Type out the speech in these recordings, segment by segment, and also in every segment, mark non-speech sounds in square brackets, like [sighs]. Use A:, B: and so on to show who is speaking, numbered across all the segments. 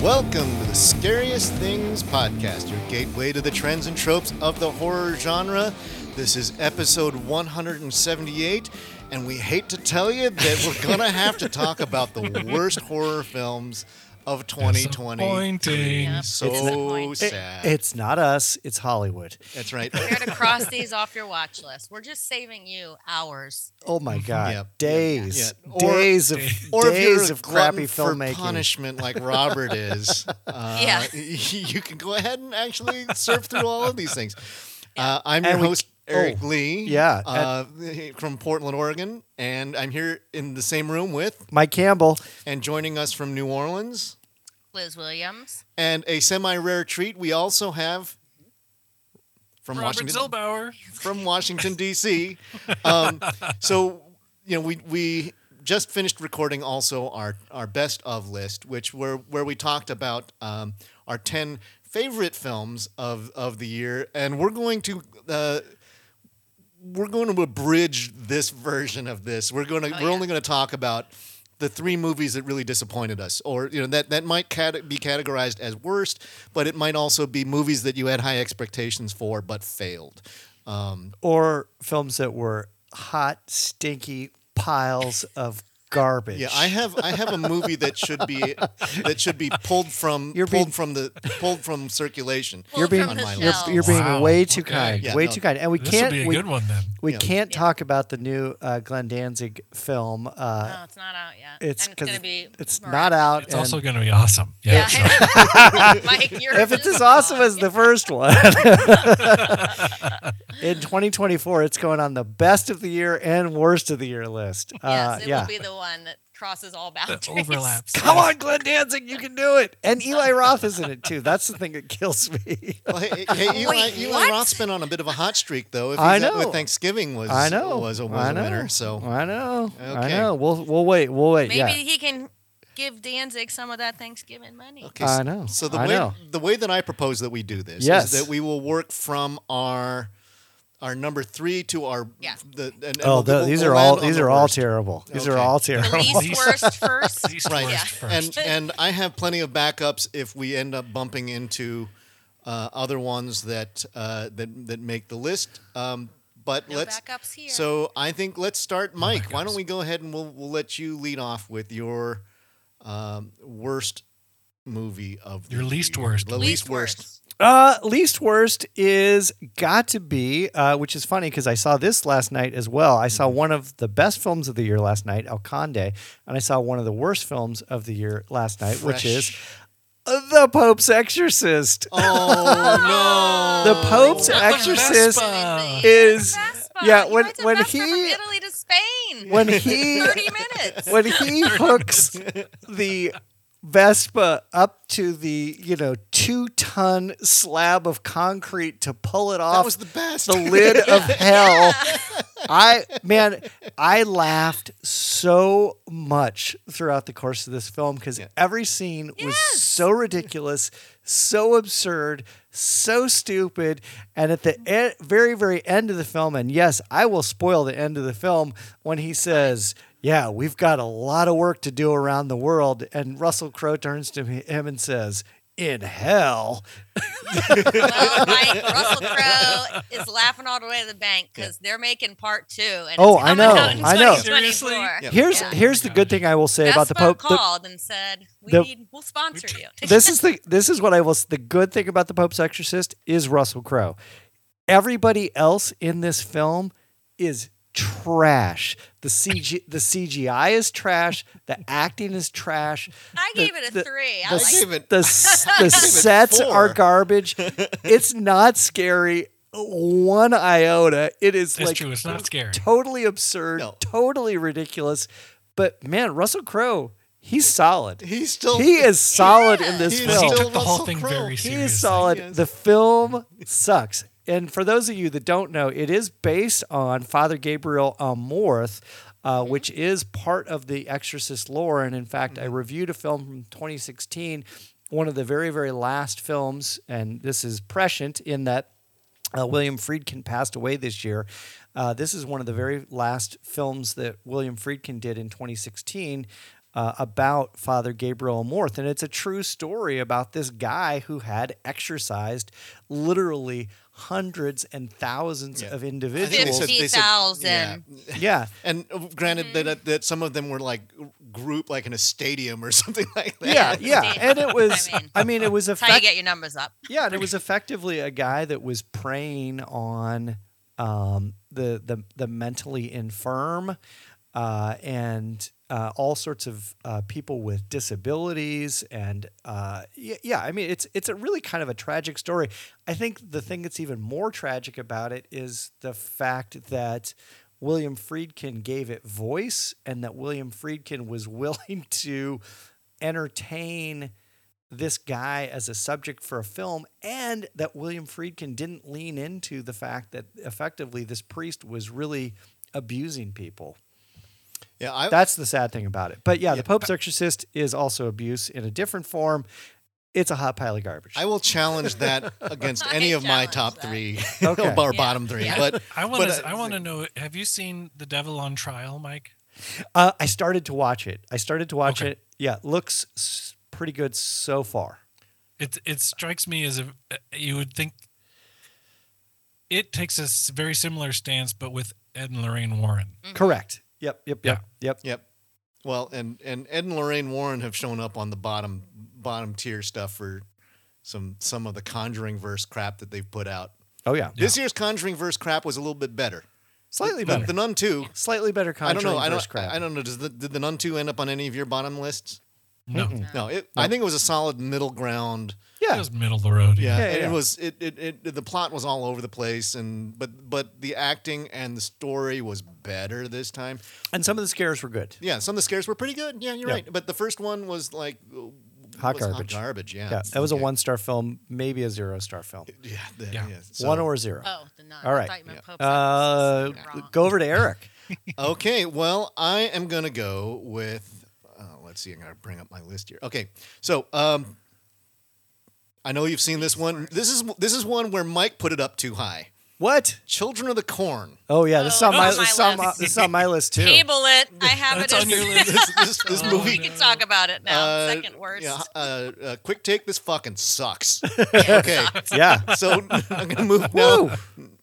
A: Welcome to the Scariest Things Podcast, your gateway to the trends and tropes of the horror genre. This is episode 178, and we hate to tell you that we're going to have to talk about the worst horror films of 2020.
B: Disappointing.
C: Yep.
A: So
C: Disappointing.
A: sad.
D: It's not us, it's Hollywood.
A: That's right.
C: You're going to
D: [laughs]
C: cross these off your watch list. We're just saving you hours.
D: Oh my God.
A: Mm-hmm. Yep.
D: Days.
A: Yeah. Or-
D: days of
A: Or if you're
D: days
A: a
D: of
A: glutton
D: crappy
A: for
D: filmmaking.
A: punishment like Robert
D: [laughs]
A: is, uh,
C: Yeah.
A: [laughs] you can go ahead and actually surf through all of these things. Uh, I'm your
D: And we- er,
A: host, Eric Lee.
D: yeah,
A: Uh, from Portland, Oregon. And I'm here in the same room with
D: Mike Campbell.
A: and joining us from New Orleans.
C: Liz Williams.
A: And a semi rare treat we also have from
B: Robert
A: Washington.
B: Zillbauer.
A: from Washington D.C. Um, so you know we we just finished recording also our our best of list, which were where we talked about um, our ten favorite films of of the year, and we're going to. Uh, we're going to abridge this version of this. We're going to
C: Oh,
A: we're
C: yeah.
A: only going to talk about the three movies that really disappointed us, or you know that that might cate- be categorized as worst, but it might also be movies that you had high expectations for but failed. Um,
D: Or films that were hot, stinky piles of garbage.
A: yeah, I have I have a movie that should be that should be pulled from
D: You're
A: pulled
D: being-
A: from the pulled from circulation.
D: you're
C: Pulled
D: being
C: from
A: the
D: you're,
A: shelf.
D: you're being
B: Wow,
D: way too
B: okay.
D: kind,
A: Yeah,
D: way
A: no,
D: too kind, and we
B: This will
D: can't
B: be a
D: we,
B: good one then.
D: we
A: Yeah.
D: can't
C: Yeah.
D: talk about the new uh, Glenn Danzig film. Uh,
C: No, it's not out yet.
D: it's
C: and it's going
D: 'cause
C: to be.
D: it's
C: mirac-
D: not out.
B: It's
D: and
B: also going to be awesome.
C: Yeah.
B: Yeah.
C: [laughs]
B: so-
C: Mike, you're
D: [laughs] if it's
C: just
D: as awesome
C: on.
D: as the first one [laughs] in 2024 it's going on the best of the year and worst of the year list uh,
C: Yes, it
D: yeah
C: will be the one that crosses all
B: that
C: boundaries.
B: overlaps.
D: come on glenn danzig you can do it and eli roth is in it too that's the thing that kills me
A: Well, hey, hey, Eli,
C: Wait,
A: Eli
C: what?
A: Roth's been on a bit of a hot streak though. If he's
D: I
A: at-
D: know.
A: with Thanksgiving was
D: i know
A: was a, was
D: I
A: a
D: know.
A: winner. So
D: i know i
A: Okay.
D: know we'll, we'll wait we'll wait
C: Maybe
D: yeah
C: he can give Danzig some of that Thanksgiving money.
A: Okay,
D: I
A: s-
D: know.
A: So the
D: I
A: way
D: know.
A: the way that I propose that we do this
D: Yes.
A: is that we will work from our our number three to our
C: Yeah.
A: The, and, and
D: oh
A: we'll-
D: the,
A: we'll-
D: these
A: we'll
D: are
A: land
D: all
A: on
D: these
A: the
D: are all
A: worst.
D: terrible these are
A: Okay.
D: all [laughs]
C: The
D: terrible
C: least
B: [laughs]
C: worst first.
B: Least
A: Right.
B: worst
C: Yeah.
B: first.
A: And and I have plenty of backups if we end up bumping into uh, other ones that uh, that that make the list. Um, but
C: No
A: let's
C: backups here.
A: so I think let's start, Mike. Why don't
B: backups.
A: we go ahead and we'll we'll let you lead off with your um, worst movie of the
B: Your least
A: year.
B: worst.
A: The least, worst.
D: Uh, least worst is got to be, uh, which is funny because I saw this last night as well. I
A: Mm-hmm.
D: saw one of the best films of the year last night, El Conde, and I saw one of the worst films of the year last night, which is
A: Fresh.
D: The Pope's Exorcist.
A: Oh no!
D: [laughs] The Pope's
B: The
D: Exorcist
B: Vespa.
D: is
C: Vespa.
D: yeah
C: You
D: when
C: went to
D: when
C: Vespa from
D: he
C: Italy to Spain.
A: [laughs]
D: when he
C: 30 minutes.
D: when he hooks the Vespa up to the you know two ton slab of concrete to pull it off
A: That was the best.
D: the
A: [laughs]
D: lid of hell. I man, I laughed so much throughout the course of this film because
A: Yeah.
D: every scene was
C: Yes.
D: so ridiculous, so absurd, so stupid. And at the e- very, very end of the film, and yes, I will spoil the end of the film when he says. Yeah, we've got a lot of work to do around the world. And Russell Crowe turns to me- him and says, In hell.
C: [laughs] Well, Mike, Oh, Russell Crowe is laughing all the way to the bank because they're making part two. And it's
D: Oh, I
C: coming out
D: know,
C: in
D: I know.
C: 2024.
B: Seriously?
A: Yeah.
D: Here's
C: Yeah.
D: here's the good thing I will say about the
C: Vespa
D: Pope. the-
C: called and said, "We
D: the-
C: need, we'll sponsor you."
A: [laughs]
D: this is the this is what I will. s- The good thing about the Pope's Exorcist is Russell Crowe. Everybody else in this film is trash. The CG the CGI is trash. The acting is trash.
C: I
D: the-
C: gave it a
D: the-
C: three. I
D: the
A: [laughs]
C: like
A: I gave it.
D: The s- the sets
A: four. [laughs]
D: are garbage. It's not scary one iota. It is
B: That's
D: like
B: true. It's not scary.
D: totally absurd,
A: No.
D: totally ridiculous. But man, Russell Crowe, he's solid.
A: He's still.
D: He is solid in this
A: He is
B: Because he
D: film.
A: still
B: took the whole
A: Russell
B: thing
A: Crowe. He
B: very
A: is
D: He
B: seriously. [laughs]
D: is solid.
A: Yes.
D: The film sucks. And for those of you that don't know, it is based on Father Gabriel Amorth, uh, which is part of the Exorcist lore. And in fact, I reviewed a film from 2016, one of the very, very last films. And this is prescient in that uh, William Friedkin passed away this year. Uh, this is one of the very last films that William Friedkin did in 2016. uh, about Father Gabriel Morth. And it's a true story about this guy who had exorcised literally hundreds and thousands
A: Yeah.
D: of
A: I think they
D: individuals.
A: said- they said-
C: 50,000.
A: yeah. [laughs]
D: yeah.
A: And uh, granted
C: Mm-hmm.
A: that that some of them were like group like in a stadium or [laughs] something like that.
D: Yeah, yeah,
C: Indeed.
D: and it was.
C: I mean,
D: I mean, it was
C: That's how you
D: effective.
C: get your numbers up.
D: yeah, and it was effectively a guy that was preying on um, the the the mentally infirm uh, and uh, all sorts of uh, people with disabilities and uh, y- yeah, I mean it's it's a really kind of a tragic story. I think the thing that's even more tragic about it is the fact that. William Friedkin gave it voice, and that William Friedkin was [laughs] willing to entertain this guy as a subject for a film, and that William Friedkin didn't lean into the fact that effectively this priest was really abusing people.
A: Yeah, I,
D: That's the sad thing about it. But yeah,
A: Yeah.
D: the Pope's Exorcist is also abuse in a different form. It's a hot pile of garbage.
A: I will challenge that against
C: [laughs] I
A: any of my
C: challenge
A: top
C: that.
A: three [laughs]
D: Okay.
A: or
C: Yeah.
A: bottom three.
C: Yeah.
D: [laughs]
A: But
B: I want
A: but,
B: to.
A: uh,
B: I want to know. Have you seen The Devil on Trial, Mike?
D: Uh, I started to watch it. I started to watch
B: Okay.
D: it. Yeah, looks s- pretty good so far.
B: It it strikes me as a uh, you would think it takes a s- very similar stance, but with Ed and Lorraine Warren.
A: Mm-hmm.
D: Correct. Yep, yep, yep, yep.
A: Yep. Well, and and Ed and Lorraine Warren have shown up on the bottom bottom tier stuff for some some of the Conjuring verse crap that they've put out.
D: Oh, yeah.
A: This year's Conjuring verse crap was a little bit better.
D: Slightly
A: The,
D: better.
A: the Nun Two.
D: Slightly better
A: I don't
D: conjuring
A: know. I
D: verse
A: don't.
D: crap.
A: I don't know. Does the, did the Nun Two end up on any of your bottom lists?
B: No,
A: No. It, I think it was a solid middle ground.
B: it
D: Yeah.
B: was middle of the road.
A: Yeah,
D: Yeah,
A: and
D: yeah.
A: it was it, it it the plot was all over the place, and but but the acting and the story was better this time.
D: And some of the scares were good.
A: Yeah, some of the scares were pretty good. Yeah, you're
D: Yeah.
A: right. But the first one was like was
D: Hot garbage.
A: garbage. Yeah,
D: Yeah, that was a
A: Okay.
D: one star film, maybe a zero star film.
A: Yeah, the-
B: Yeah.
A: yeah, so-
D: one or zero.
C: Oh, the nun.
D: All right.
C: Oh, I thought you meant Pope's
D: Uh,
C: Exorcist. Wrong.
D: go over to Eric.
A: okay. Well, I am gonna go with. Uh, let's see. I'm gonna bring up my list here. Okay, so um, I know you've seen this one. This is this is one where Mike put it up too high.
D: What?
A: Children of the Corn.
D: Oh yeah, this is on
C: Oh,
D: my,
C: it's on
D: this is
C: my
D: on my
C: list.
D: this is on my list too.
C: Table it. I have it
B: That's
C: as [laughs]
B: on your list.
A: this
D: [laughs]
A: this, this
B: Oh,
A: movie
C: We can talk about it now.
A: Uh,
C: Second worst.
A: Yeah, uh, uh, quick take. This fucking
C: [laughs]
D: [laughs]
A: sucks. okay,
D: Yeah.
A: so [laughs] I'm gonna move
D: Woo.
A: now.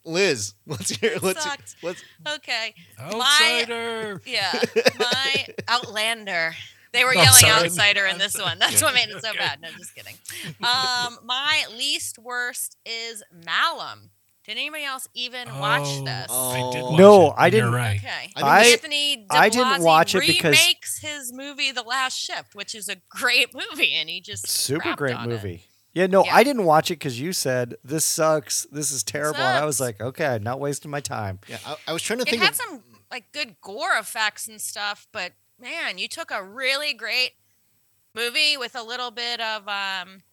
A: Liz, let's hear. Let's,
C: Sucked.
A: let's
C: Okay. My
B: Outsider.
D: [laughs]
C: yeah, my Outlander. They were
B: Oh,
C: yelling
B: sorry.
C: outsider in this one. That's what made it so bad. No, just kidding. Um, my least worst is Malum. Did anybody else even watch
B: Oh,
C: this?
B: I did
A: Oh.
B: watch
D: No,
B: it.
D: I didn't-
B: You're right.
C: Okay.
A: I
D: didn't-
C: Anthony DeBlasi
D: I didn't watch it because-
C: remakes his movie The Last Shift, which is a great movie, and he just
D: Super
C: crapped
D: great
C: on it.
D: movie. Yeah, no,
C: Yeah.
D: I didn't watch it because you said this sucks. This is terrible. And I was
C: Sucks.
D: like, okay, I'm not wasting my time.
A: Yeah, I, I was trying to
C: It
A: think.
C: had
A: of,
C: some like good gore effects and stuff, but man, you took a really great movie with a little bit of um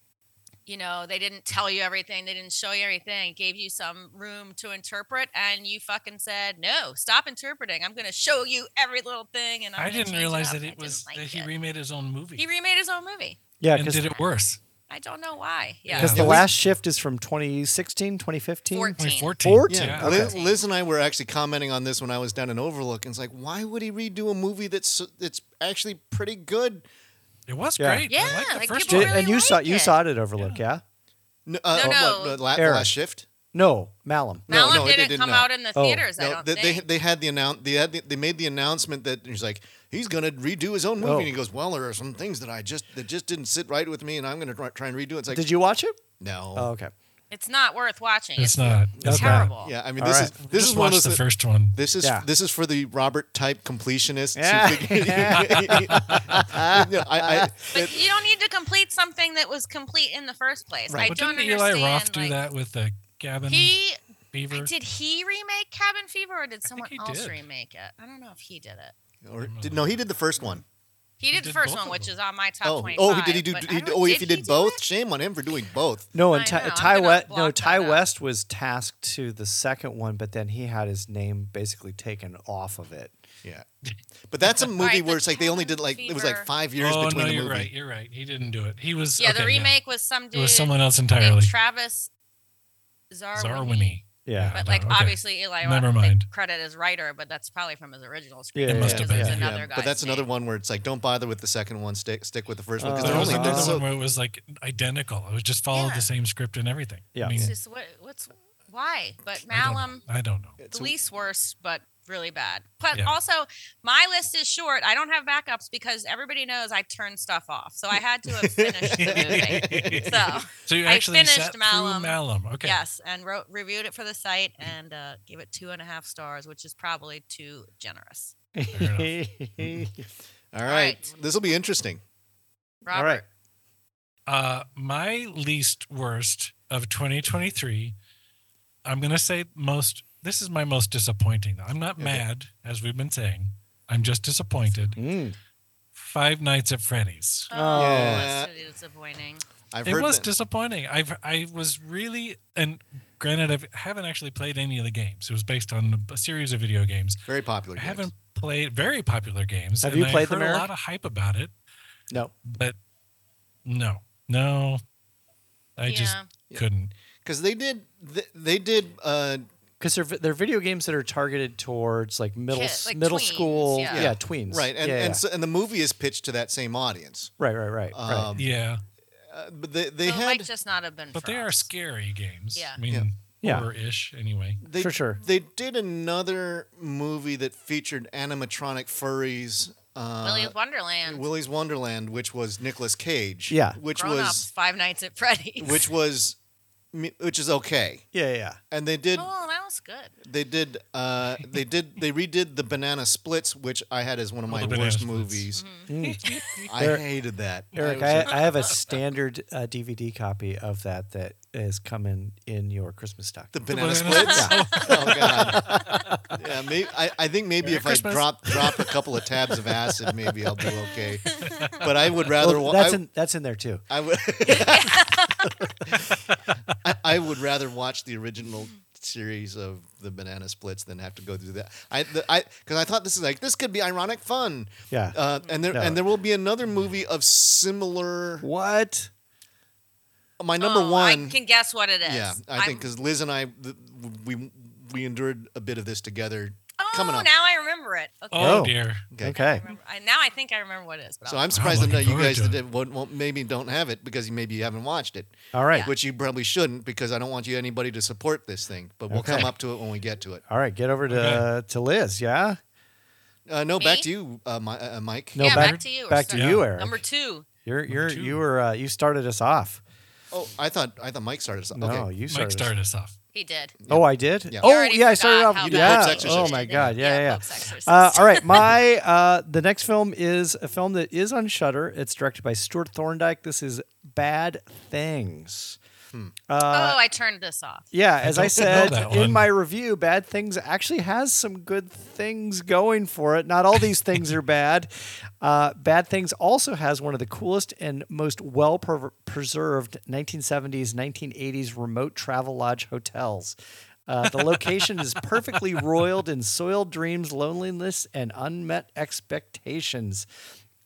C: you know, they didn't tell you everything, they didn't show you everything, gave you some room to interpret and you fucking said, "No, stop interpreting. I'm going to show you every little thing." And I'm
B: I
C: gonna
B: didn't
C: change
B: realize
C: up."
B: that
C: I
B: it
C: didn't
B: was
C: like
B: that he
C: it.
B: remade his own movie
C: He remade his own movie.
D: Yeah,
B: and
D: because
B: did it worse.
C: I don't know why. Yeah.
D: because
B: Yeah.
D: the
A: we-
D: last shift is from 2016, 2015.
C: Fourteen.
B: Only 14.
D: 14.
A: yeah,
D: Okay.
A: Liz, Liz and I were actually commenting on this when I was down in Overlook, and it's like, why would he redo a movie that's that's actually pretty good?
B: It was
D: Yeah.
B: great.
C: Yeah,
B: I liked the
C: like,
B: first
C: people
B: one.
D: Did-
C: really
D: and you saw
C: like
D: you
C: it.
D: saw it at Overlook, yeah?
A: No, uh,
C: No,
A: what-
C: no.
A: the la- the
D: Eric.
A: last shift.
D: No, Malum.
A: No,
C: Malum
A: no, it
C: didn't
A: did
C: come
A: not.
C: out in the
D: Oh.
C: theaters, I
A: No,
C: don't
A: they, they
C: think.
A: they had the announce they had the, they made the announcement that he's like he's gonna redo his own movie,
D: Oh.
A: and he goes, well, there are some things that I just that just didn't sit right with me, and I'm gonna try, try and redo it. It's like,
D: Did you watch it?
A: no,
D: Oh, okay.
C: it's not worth watching.
B: It's not. It's
C: terrible.
A: yeah, I mean,
D: Oh, All
A: this is
D: right.
A: this
B: Just
A: is one
B: watch
A: of
B: the
A: those.
B: first one.
A: This is
D: Yeah.
A: this is for the Robert type completionists. who
D: Yeah. [laughs]
A: think- [laughs] Yeah, I- I-
C: But you don't need to complete something that was complete in the first place.
A: Right.
C: I
B: But
C: don't
B: didn't
C: understand.
B: Eli Roth do
C: like,
B: that with the Gavin
C: He
B: Beaver?
C: did he remake Cabin Fever or did someone
B: he
C: else
B: did.
C: remake it? I don't know if he did it.
A: or,
B: Mm-hmm.
A: did, no, he did the first one.
C: He did, the
B: did
C: first
B: both
C: one,
B: of
C: which
B: them.
C: is on my top
A: Oh,
C: 25.
A: oh, he did he do?
C: but I
A: He,
C: don't-
A: oh, if he
C: did
A: did
C: do
A: both,
C: it?
A: shame on him for doing both.
D: No,
C: I
D: and Ty,
C: know. I'm
D: Ty
C: gonna
D: West. No,
C: block
D: Ty
C: that out.
D: West was tasked to the second one, but then he had his name basically taken off of it.
A: Yeah, but
C: [laughs]
A: that's a movie
C: Right,
A: where
C: the
A: it's like they only did like it was like
C: Fever.
A: five years
B: Oh
A: between
B: no,
A: the
B: you're
A: movie.
B: right. You're right. He didn't do it. He was
C: Yeah, the
B: okay,
C: remake was some dude
B: It was someone else
C: named
B: entirely.
C: Travis Zarwini.
B: Zarwini.
D: Yeah.
C: But
B: no,
C: like
B: okay.
C: obviously Eli
B: Never
C: Roth, I think,
B: mind.
C: credit as writer, but that's probably from his original
D: Yeah,
C: screen.
D: It
B: must have
C: because
B: been.
C: it's
A: Yeah,
C: Another guy's
A: but that's another
C: name.
A: one where it's like, don't bother with the second one. Stick stick with the first one
D: Uh,
A: because
B: But it
A: they're
B: was
A: only
B: another
A: so-
B: one where it was like identical. It was just followed
C: Yeah.
B: the same script and everything.
D: Yeah.
B: I mean,
C: It's just what what's why?
B: I
C: But
B: don't know.
C: Malum,
B: I don't know.
A: it's
C: the least worst, but really bad. But
B: Yeah.
C: also, my list is short. I don't have backups because everybody knows I turn stuff off. So I had to have finished the movie. So
B: So you
C: I
B: actually
C: finished
B: sat through
C: Malum.
B: Malum. [laughs] Okay.
C: yes, and wrote reviewed it for the site and uh, gave it two and a half stars, which is probably too generous.
D: [laughs]
A: Mm. All right, this will be interesting.
C: Robert,
D: All right.
B: Uh, my least worst of 2023. I'm gonna say most. This is my most disappointing. though. I'm not
A: Okay.
B: mad, as we've been saying. I'm just disappointed.
D: Mm.
B: Five Nights at Freddy's.
C: Oh,
A: Yeah.
C: that's really disappointing.
A: I've
B: it
A: heard
B: was
A: that-
B: disappointing. I've I was really and granted I haven't actually played any of the games. It was based on a series of video games.
A: very popular.
B: I
A: games.
B: haven't played very popular games.
D: Have
B: and
D: you
B: I
D: played
B: heard
D: them,
B: a
D: Eric?
B: lot of hype about it,
D: No.
B: but no, no, I just
C: Yeah.
A: Yeah.
B: couldn't.
A: because they did they, they did uh
D: Because they're, they're video games that are targeted towards like middle
C: Kid-
D: s-
C: like
D: middle
C: tweens,
D: school
C: yeah.
D: yeah. tweens
A: right and
D: yeah, yeah.
A: and, so, and the movie is pitched to that same audience
D: right right right right
A: um
B: Yeah,
A: uh, but they, they
C: so it
A: had
C: might just not have been.
B: but
C: for
B: they are
C: us.
B: scary games.
C: Yeah.
B: I mean,
A: Yeah.
D: Yeah.
B: horror-ish anyway.
A: they,
D: for sure.
A: they did another movie that featured animatronic furries uh
C: Willy's Wonderland.
A: Willy's Wonderland which was Nicolas Cage
D: Yeah.
A: which
C: Grown ups,
A: was
C: Five Nights at Freddy's.
A: which was me- which is okay
D: yeah yeah
C: [laughs]
A: and they did
C: oh, that was good.
A: they did uh they did they redid the banana splits which I had as one of
B: Oh,
A: my
B: the Banana
A: worst
B: Splits.
A: movies
D: Mm.
A: [laughs] I
D: Eric-
A: hated Mm-hmm. that
D: Eric,
A: was
D: I,
A: like-
D: I
A: [laughs]
D: have a standard uh, DVD copy of that that has come in in your Christmas stock.
A: the banana,
B: banana
A: splits Oh God! [laughs] Yeah, may I, I think maybe
B: Merry
A: if
B: Christmas.
A: I drop drop a couple of tabs of acid, maybe I'll be okay. [laughs] But I would rather
D: Well,
A: wa-
D: that's
A: I,
D: in that's in there too.
A: I would [laughs] I, I would rather watch the original series of the banana splits than have to go through that. I the, I because I thought this is like this could be ironic fun.
D: Yeah.
A: Uh, and there
D: No.
A: and there will be another movie of similar.
D: what?
A: My number
C: Oh,
A: one.
C: I can guess what it is.
A: Yeah, I
C: I'm-
A: think because Liz and I, th- we we endured a bit of this together.
C: Oh,
A: coming up.
C: now I remember it. Okay.
B: Oh,
D: Oh.
B: dear.
A: Okay.
D: Okay.
C: Remember- I, now I think I remember what it is. But
A: So
C: I'll-
A: I'm surprised
B: looking
A: that you
B: forward
A: guys
B: to it.
A: did, won't, won't, maybe don't have it because you- maybe you haven't watched it,
D: All right.
A: which you probably shouldn't because I don't want you anybody to support this thing. But we'll
D: Okay.
A: come up to it when we get to it.
D: All right. Get over to to Liz. Yeah.
A: Uh, no,
C: Me?
A: back to you, uh, my, uh, Mike.
D: No,
C: yeah,
D: back-
C: back, to you. We're
D: Back to
C: starting.
D: you, Eric.
C: Number two.
D: You're you're
B: two.
D: you were uh, you started us off.
A: Oh, I thought I thought Mike started us. off.
D: No,
A: Okay.
D: you started.
B: Mike
D: us-
B: started us off.
C: He did.
D: Oh, I did.
A: Yeah.
C: You
D: Oh,
C: already
D: yeah. I started
C: forgot
D: off.
C: how
A: did
D: yeah.
A: Pope's Exorcist.
D: Oh my God. Yeah. Yeah. yeah.
C: Pope's Exorcist.
D: Uh, all right, my uh, the next film is a film that is on Shutter. It's directed by Stuart Thorndike. This is Bad Things. Uh,
C: oh, I turned this off.
D: Yeah, as I
B: don't
D: said
B: know that
D: in
B: one.
D: my review, Bad Things actually has some good things going for it. Not all these
B: [laughs]
D: things are bad. Uh, Bad Things also has one of the coolest and most well per- preserved 1970s, 1980s remote travel lodge hotels. Uh, the location is
B: [laughs]
D: perfectly roiled in soiled dreams, loneliness, and unmet expectations.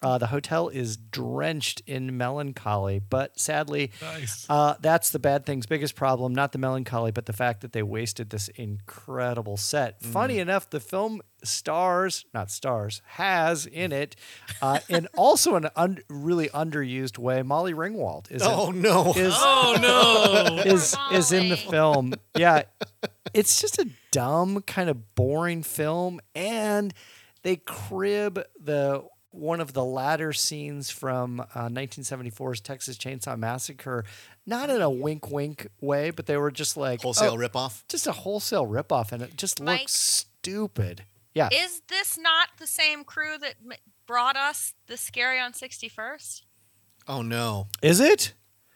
D: Uh, the hotel is drenched in melancholy, but sadly,
B: Nice.
D: uh, that's the bad thing's biggest problem, not the melancholy, but the fact that they wasted this incredible set.
A: Mm.
D: Funny enough, the film stars, not stars, has in it, uh, and [laughs] also an un- really underused way, Molly Ringwald is in-
A: Oh no!
D: [laughs] is
B: oh
C: [laughs]
B: no.
D: is is in the
C: Molly.
D: film.
A: [laughs]
D: Yeah, it's just a dumb kind of boring film, and they crib the one of the latter scenes from uh, 1974's Texas Chainsaw Massacre, not in a wink wink way, but they were just like
A: Wholesale
D: oh,
A: ripoff.
D: just a wholesale ripoff, and it just
C: Mike.
D: looks stupid. Yeah,
C: Is this not the same crew that m- brought us the scary on 61st?
A: Oh no!
D: is it?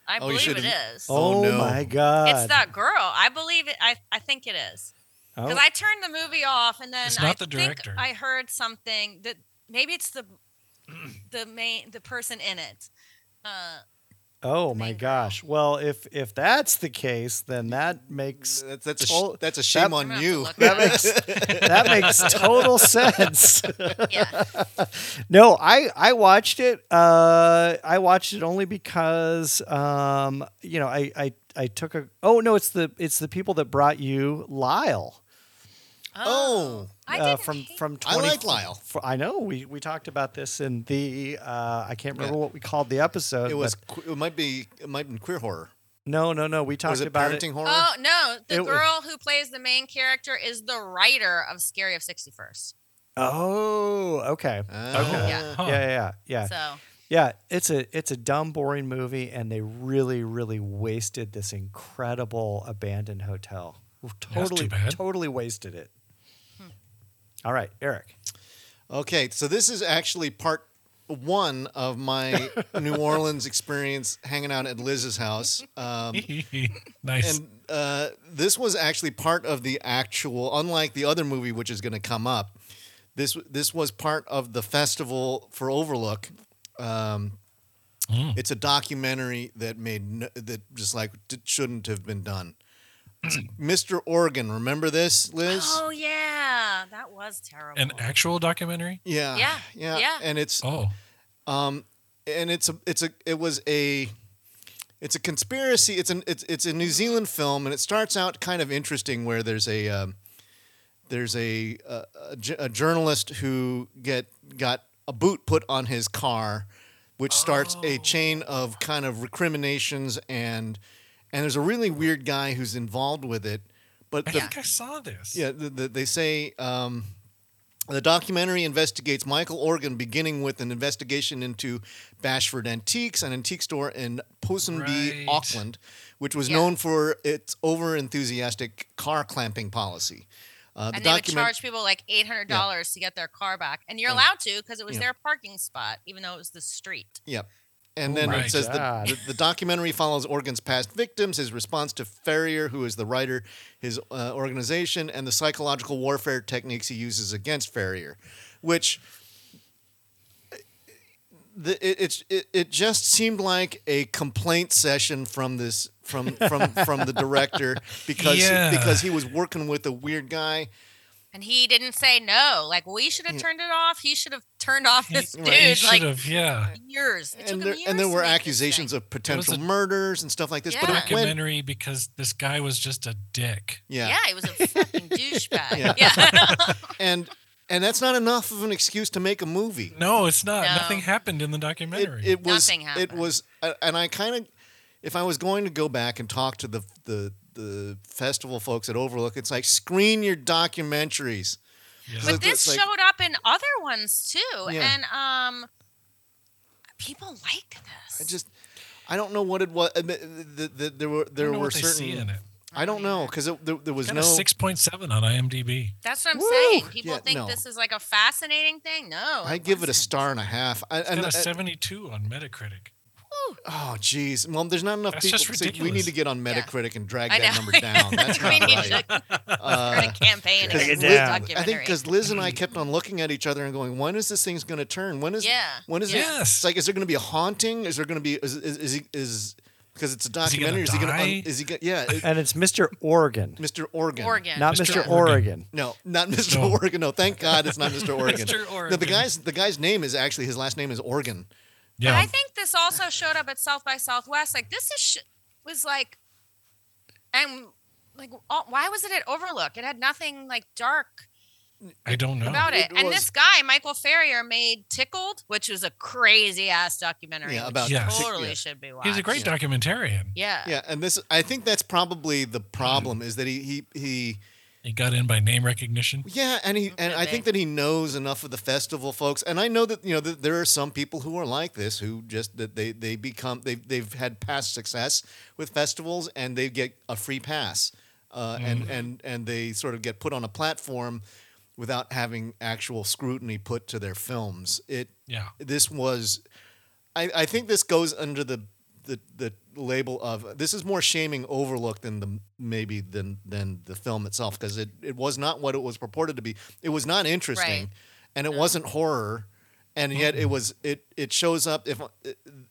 C: I
A: Oh, you
C: believe it
A: should've-
C: is.
A: Oh, no.
D: my god!
C: It's that girl. I believe it. I, I think it is.
D: Oh.
C: Because I turned the movie off, and then
B: It's not
C: I
B: the
C: think
B: director.
C: I heard something that maybe it's the the main the person in it. Uh,
D: Oh my
C: Thank you.
D: gosh! Well, if if that's the case, then that makes
A: That's that's a sh-
D: Oh,
A: that's a shame
D: that-
C: I'm
A: on
C: gonna have to
A: you.
C: [laughs] look
D: that
C: it
D: makes that makes total
A: [laughs]
D: sense.
C: up. yeah.
D: No, I I watched it. Uh, I watched it only because um, you know I I I took a. Oh no, it's the it's the people that brought you Lyle
A: Oh,
C: I
D: uh,
C: didn't
D: from
C: hate-
D: from
A: I
D: 20,
A: like Lyle.
D: fr- I know we we talked about this in the uh, I can't remember what we called the episode.
A: it was.
D: but-
A: que- It might be. It might be queer horror.
D: no no no. We talked
A: Was it
D: about
A: parenting
D: it.
A: horror?
C: Oh no, the
D: It was-
C: girl who plays the main character is the writer of Scary of 61st.
D: Oh okay.
A: Ah.
C: Yeah.
B: Huh.
D: Yeah yeah yeah yeah.
C: So
D: Yeah, it's a it's a dumb, boring movie, and they really, really wasted this incredible abandoned hotel.
B: That's too
D: Totally,
B: bad.
D: totally wasted it.
C: Hmm.
D: All right, Eric.
A: Okay, so this is actually part one of
D: [laughs]
A: my New Orleans experience hanging out at Liz's house. Um,
B: [laughs] nice.
A: and uh, this was actually part of the actual, unlike the other movie which is going to come up. This this was part of the festival for Overlook. Um, It's a documentary that made no, that just like d- shouldn't have been done. Mr. Oregon, remember this, Liz?
C: Oh yeah, that was terrible.
B: An actual documentary?
A: Yeah,
C: Yeah, yeah.
A: and it's
B: Oh,
A: and it's a it's a it was a it's a conspiracy. It's an it's it's a New Zealand film, and it starts out kind of interesting, where there's a um, there's a, a, a ju- a journalist who get got a boot put on his car, which starts a chain of kind of recriminations and and there's a really weird guy who's involved with it, but
B: I
A: the,
B: think I saw this.
A: yeah, the, the, they say um, the documentary investigates Michael Organ, beginning with an investigation into Bashford Antiques, an antique store in Ponsonby,
B: Right.
A: Auckland, which was
C: Yeah.
A: known for its over enthusiastic car clamping policy. Uh,
C: and they would charge people like eight hundred dollars to get their car back, and you're allowed to because it was
A: Yeah.
C: their parking spot, even though it was the street.
A: Yep. And
D: Oh
A: then
B: my
A: it says the,
D: God.
A: the, the documentary follows Organ's past victims, his response to Ferrier, who is the writer, his uh, organization, and the psychological warfare techniques he uses against Ferrier, which uh, the, it, it's it, it just seemed like a complaint session from this from from from the director
B: [laughs]
A: because
B: Yeah.
A: because he was working with a weird guy.
C: And he didn't say no. Like we should have turned it off. He should have turned off this
B: [laughs] He-
C: dude.
B: he
C: like
B: should have, yeah.
C: years. It
A: And
C: took
A: there,
C: him years
A: and there
C: to
A: were
C: make this
A: accusations
C: thing.
A: of potential
B: a-
A: murders and stuff like this.
C: Yeah.
A: But it went,
B: Documentary because this guy was just a dick.
C: Yeah. he was a
A: [laughs]
C: fucking douchebag.
A: Yeah.
C: Yeah.
A: and and that's not enough of an excuse to make a movie.
B: No, it's not.
C: No.
B: Nothing happened in the
A: It,
B: documentary.
A: it was
C: Nothing
A: it
C: happened.
A: was uh, and I kind of if I was going to go back and talk to the the the festival folks at Overlook, it's like screen your documentaries.
B: Yeah.
A: So
C: But this
A: it's like-
C: showed up in other ones too,
A: Yeah.
C: and um, people liked this.
A: I just I don't know what it was. and The, the, the, there were
B: I
A: there
B: don't know
A: were
B: what they
A: certain
B: see in it.
A: I don't know because there, there was
B: Got
A: no
B: a six point seven on IMDb.
C: That's what I'm
A: Woo!
C: saying. People
A: Yeah,
C: think
A: no.
C: this is like a fascinating thing. No,
A: I give it a
C: wasn't.
A: star and a half. I,
B: It's
A: and- uh,
B: got a
A: and-
B: seventy two on Metacritic.
A: [laughs] oh, jeez. Well, there's not enough
B: That's
A: people.
B: just
A: See, we need
B: ridiculous.
A: to get on
C: Yeah.
A: Metacritic and drag
C: I
A: that
C: know.
A: number
C: [laughs]
A: down. That's
C: We
A: not
C: need
A: right.
C: to
A: Uh,
C: start a campaign
D: Take it
C: against this
D: down. I
A: I think
C: documentary.
A: because Liz and I kept on looking at each other and going, "When is this thing's going to turn? When is
C: Yeah.
A: when is it?
B: Yes.
A: It's like, is there going to be a haunting? Is there going to be is is is, he, is because it's a documentary? Is he going
B: gonna
A: to
B: die?
A: is he gonna, yeah,
D: [laughs]
A: uh, it-
D: And it's Mr. Oregon,
A: Mr. Oregon.
C: Oregon.
D: not Mr.
B: Mr.
D: Oregon.
B: Oregon.
A: No, not Mr.
B: No.
A: Oregon. No, thank God it's not Mr. Oregon.
B: Mr.
A: No, the
B: Oregon.
A: guy's the guy's name is actually his last name is Oregon.
C: But
B: Yeah.
C: I think this also showed up at South by Southwest. Like this is sh- was like, and like all, why was it at Overlook? It had nothing like dark
B: I don't know.
C: about it.
A: It
C: and
A: was-
C: this guy, Michael Ferrier, made Tickled, which was a crazy ass documentary.
A: Yeah,
C: which
A: about
B: Yes.
A: tick-
C: totally
A: yeah.
C: should be watched.
B: He's a great documentarian.
C: Yeah.
A: Yeah, and this I think that's probably the problem is that he he he
B: He got in by name recognition.
A: Yeah, and he and I
C: big.
A: think that he knows enough of the festival folks, and I know that you know that there are some people who are like this who just that they they become they they've had past success with festivals and they get a free pass, uh, and and and they sort of get put on a platform without having actual scrutiny put to their films. It
B: Yeah.
A: this was, I I think this goes under the the the label of this is more shaming overlook than the maybe than than the film itself because it, it was not what it was purported to be it was not interesting
C: Right.
A: and it wasn't horror and yet it was it it shows up if uh,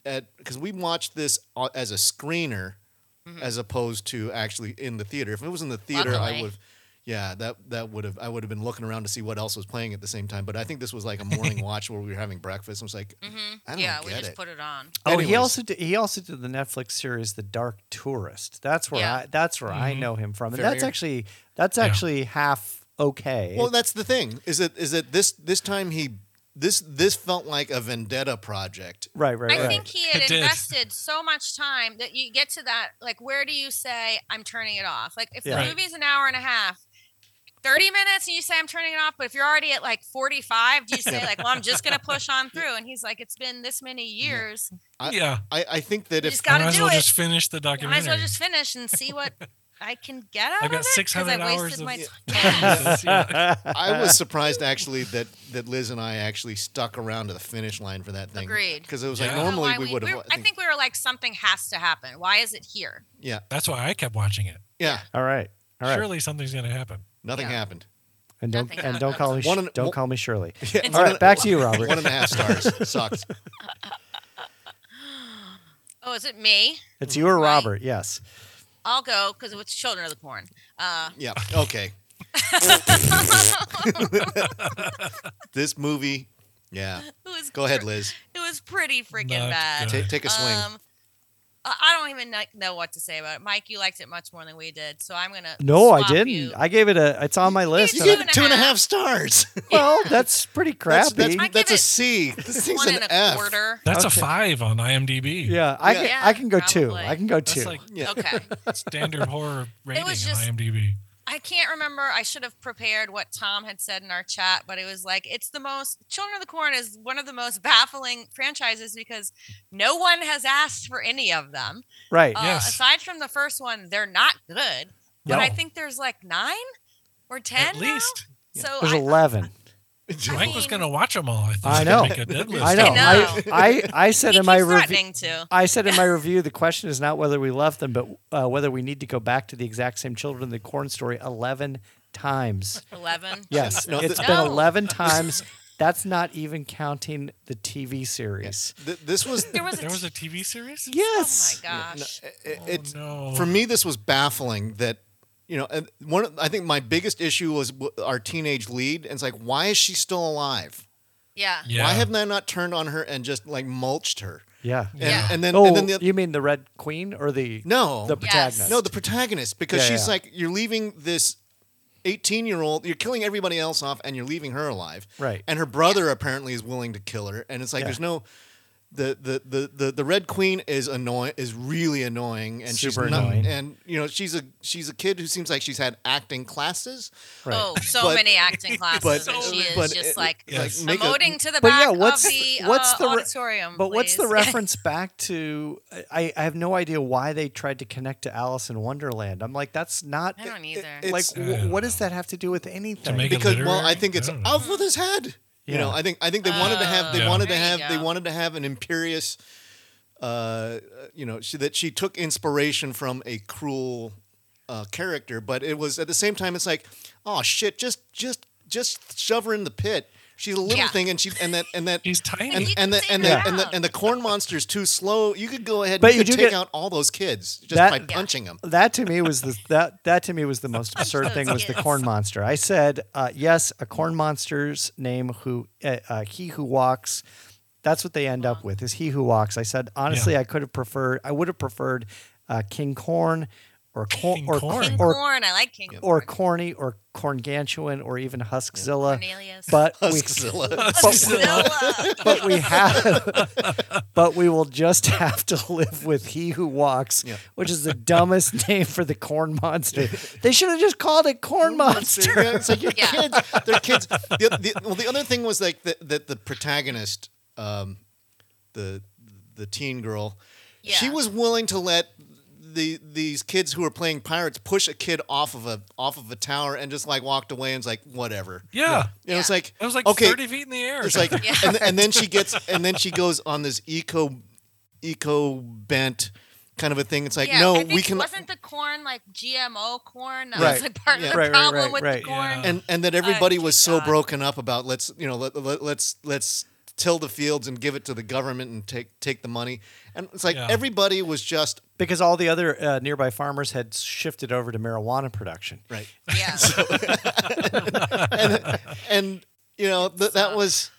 A: at because we watched this uh, as a screener as opposed to actually in the theater if it was in the theater i
C: Luckily.
A: would Yeah, that that would have I would have been looking around to see what else was playing at the same time. But I think this was like a
C: [laughs]
A: morning watch where we were having breakfast. I was like, I don't
C: Mm, mm-hmm. yeah,
A: get
C: we just
A: it.
C: put it on.
D: Oh, he
A: Anyways.
D: also did, he also did the Netflix series The Dark Tourist. That's where
C: Yeah.
D: I that's where I know him from, and that's
A: Farrier.
D: actually that's
B: Mm-hmm. Yeah.
D: actually half okay.
A: well, that's the thing is that is that this this time he this this felt like a vendetta project.
D: right, right,
C: I
D: right. [laughs]
C: think he had
B: It did.
C: invested so much time that you get to that like where do you say I'm turning it off? Like if
D: Yeah.
C: the
B: Right.
C: movie's an hour and a half, 30 minutes and you say I'm turning it off, but if you're already at like 45,
B: [laughs]
C: do you say like well I'm just going to push on through and he's like it's been this many years.
A: I-
B: yeah.
A: I, I think that
C: You
A: if
C: just gotta
B: I might as
C: do
B: well
C: it.
B: just finish the
C: I
B: documentary.
C: might as well just finish and
B: [laughs]
C: see what I can get out
B: I've got
C: of it 'cause I
B: 600 hours
C: wasted
B: of-
C: my
B: Yeah.
C: time.
A: [laughs]
B: Yeah.
A: I
C: [laughs]
A: was surprised actually that that Liz and I actually stuck around to the finish line for that thing.
C: Agreed.
A: Because it was
B: Yeah.
A: like
B: I don't
C: know
A: normally
C: why
A: we would have.
C: were- I think we were like something has to happen. Why is it here?
A: Yeah.
B: That's why I kept watching it.
A: Yeah.
D: all right, all right,
B: Surely something's going to happen.
A: Nothing
C: Yeah.
A: happened. [laughs]
D: and don't
C: Nothing
D: and don't call me
A: One and-
D: don't
A: one-
D: call me Shirley.
A: Yeah,
D: all
A: one
D: right,
A: and-
D: back to you, Robert.
A: One and a
D: [laughs]
A: half stars. Sucked.
C: Oh, is it me?
D: It's you or
C: Right.
D: Robert, yes.
C: I'll go because it's children of the porn. Uh, [laughs]
A: Yeah. Okay. this movie. Yeah.
C: it was
A: Go ahead,
C: pr-
A: Liz.
C: It was pretty freaking
B: Not
C: bad.
B: good.
A: Take, take a swing.
C: Um, I I don't even like, know what to say about it. Mike, you liked it much more than we did, so I'm gonna.
D: No, I
C: swap
D: didn't.
C: you.
D: I gave it a. It's on my list.
A: you
C: two
D: and I-
A: get
C: and a
A: two and a
C: half.
A: half stars.
D: [laughs] well, that's pretty
A: That's,
D: crappy.
A: that's,
C: I give
A: that's a
C: it
A: C. This thing's
C: one
A: an
C: and a
A: F.
C: quarter.
B: That's
D: Okay.
B: a five on IMDb.
D: yeah, I
A: Yeah.
D: can. I can go
C: Yeah,
D: two.
C: probably.
D: I can go two.
B: That's like
A: Yeah.
C: Okay,
D: [laughs]
B: standard horror rating
C: was just-
B: on IMDb.
C: I can't remember. I should have prepared what Tom had said in our chat, but it was like it's the most. Children of the Corn is one of the most [laughs] baffling franchises because no one has asked for any of them.
D: right.
C: Uh,
B: Yes.
C: Aside from the first one, they're not good. But
B: No.
C: I think there's like nine or ten.
B: At
C: now?
B: least.
C: So
D: There's
C: I-
D: eleven.
B: Mike was
C: mean-
B: going to watch them all. I, thought
D: I
B: He was gonna
D: know.
B: Make a dead list.
D: I know. I, I, I
C: he
D: said in
C: keeps
D: my review.
C: threatening
D: [laughs]
C: to.
D: I said in my review, the question is not whether we left them, but uh, whether we need to go back to the exact same children of the corn story eleven times.
C: Eleven.
D: Yes,
A: No,
D: it's
A: the-
D: been
C: No.
D: eleven times. That's not even counting the TV series.
A: Th- this was.
C: There was a.
B: There was a TV series? [laughs]
D: Yes.
C: Oh my gosh.
A: it-
B: Oh,
A: it's
B: no.
A: for me this was baffling that you know and one of- i think my biggest issue was w- our teenage lead and it's like why is she still alive
C: Yeah.
B: Yeah.
A: why have they not turned on her and just like mulched her
D: Yeah.
A: and,
C: Yeah.
A: and then
D: oh,
A: and then the,
D: you mean the Red Queen or the
A: no
D: the protagonist?
A: no the protagonist because
D: Yeah,
A: she's
D: yeah.
A: like you're leaving this 18 year old you're killing everybody else off and you're leaving her alive
D: Right.
A: and her brother apparently is willing to kill her and it's like
D: Yeah.
A: there's no the, the, the, the, the red queen is annoying is really annoying and she's
D: Super
A: not-
D: annoying.
A: and you know she's a she's a kid who seems like she's had acting classes
D: Right.
C: Oh, so
A: But-
C: many acting
A: [laughs]
C: classes.
A: but,
C: and she is
A: but
C: just
A: it-
C: like
B: Yes.
A: make a-
C: emoting to the
D: But
C: back
D: yeah, what's
C: of the,
D: what's
C: uh,
D: the re-
C: auditorium.
D: But what's the
C: please. [laughs]
D: reference back to? I, I have no idea why they tried to connect to Alice in Wonderland. I'm like, that's not
C: I don't
A: it-
C: either.
A: it-
D: like.
A: it's-
D: W- what does that have to do with anything?
B: make it-
A: because well
B: literary?
A: I think it's
B: I don't know.
A: off with his head. You
D: Yeah.
A: know, I think I think they wanted to have they
B: Oh,
A: wanted to
C: there you
A: have they
C: go.
A: wanted to have an imperious, uh, you know, she, that she took inspiration from a cruel uh, character, but it was at the same time it's like, oh shit, just just just shove her in the pit. She's a little
C: Yeah.
A: thing, and she and that and that.
B: He's tiny.
A: And,
C: You
A: and, the,
C: can
A: and,
C: save
A: the,
C: her
A: and the
C: out.
A: and the corn monster's too slow. You could go ahead.
D: But
A: you
D: you
A: could
D: do
A: take
D: get-
A: out all those kids just
D: That-
A: by
C: Yeah.
A: punching them. [laughs]
D: that to me was the that that to me was
C: [laughs]
D: the most absurd thing was the corn monster. I said, uh, yes, a corn monster's name who uh, uh, he who walks. That's what they end up
C: Uh-huh.
D: with is he who walks. I said honestly, I could have preferred. I would have preferred uh, King Corn or cor-
B: King
D: or
B: Corn.
C: King
D: or
C: Corn. I like King
D: or
C: Corn.
D: Corny or Corngantuan or even Huskzilla.
C: Cornelius. [laughs]
D: But [laughs] we,
A: Huskzilla.
C: Zilla.
D: but we have [laughs] but we will just have to live with he who walks
A: Yeah.
D: which is the dumbest [laughs] name for the corn monster they should have just called it corn monster
A: Yeah, it's like your
C: Yeah.
A: kids. They're kids. The, the, well, the other thing was like that that the protagonist, um, the the teen girl, she
C: Yeah.
A: was willing to let the these kids who were playing pirates push a kid off of a off of a tower and just like walked away and was like whatever.
B: yeah.
A: You know, it's
C: Yeah.
A: like
B: It was like
A: okay,
B: 30 feet in the air. or
A: it's like,
B: something.
C: [laughs] Yeah.
A: and, and then she gets, and then she goes on this eco, eco bent kind of a thing. It's [laughs] like,
C: yeah,
A: no,
C: I think
A: we can,
C: Wasn't the corn like GMO corn? That
A: Right.
C: was like part
A: Yeah.
C: of the
D: Right, right,
C: problem
D: right,
C: with
D: right.
C: the corn.
B: Yeah.
A: and and that everybody
C: dear
A: was so
C: God.
A: broken up about let's you know let, let, let's let's till the fields and give it to the government and take take the money. And it's like
B: Yeah.
A: everybody was just
D: because all the other uh, nearby farmers had shifted over to marijuana production.
A: right.
C: Yeah.
A: [laughs] and you know th- that was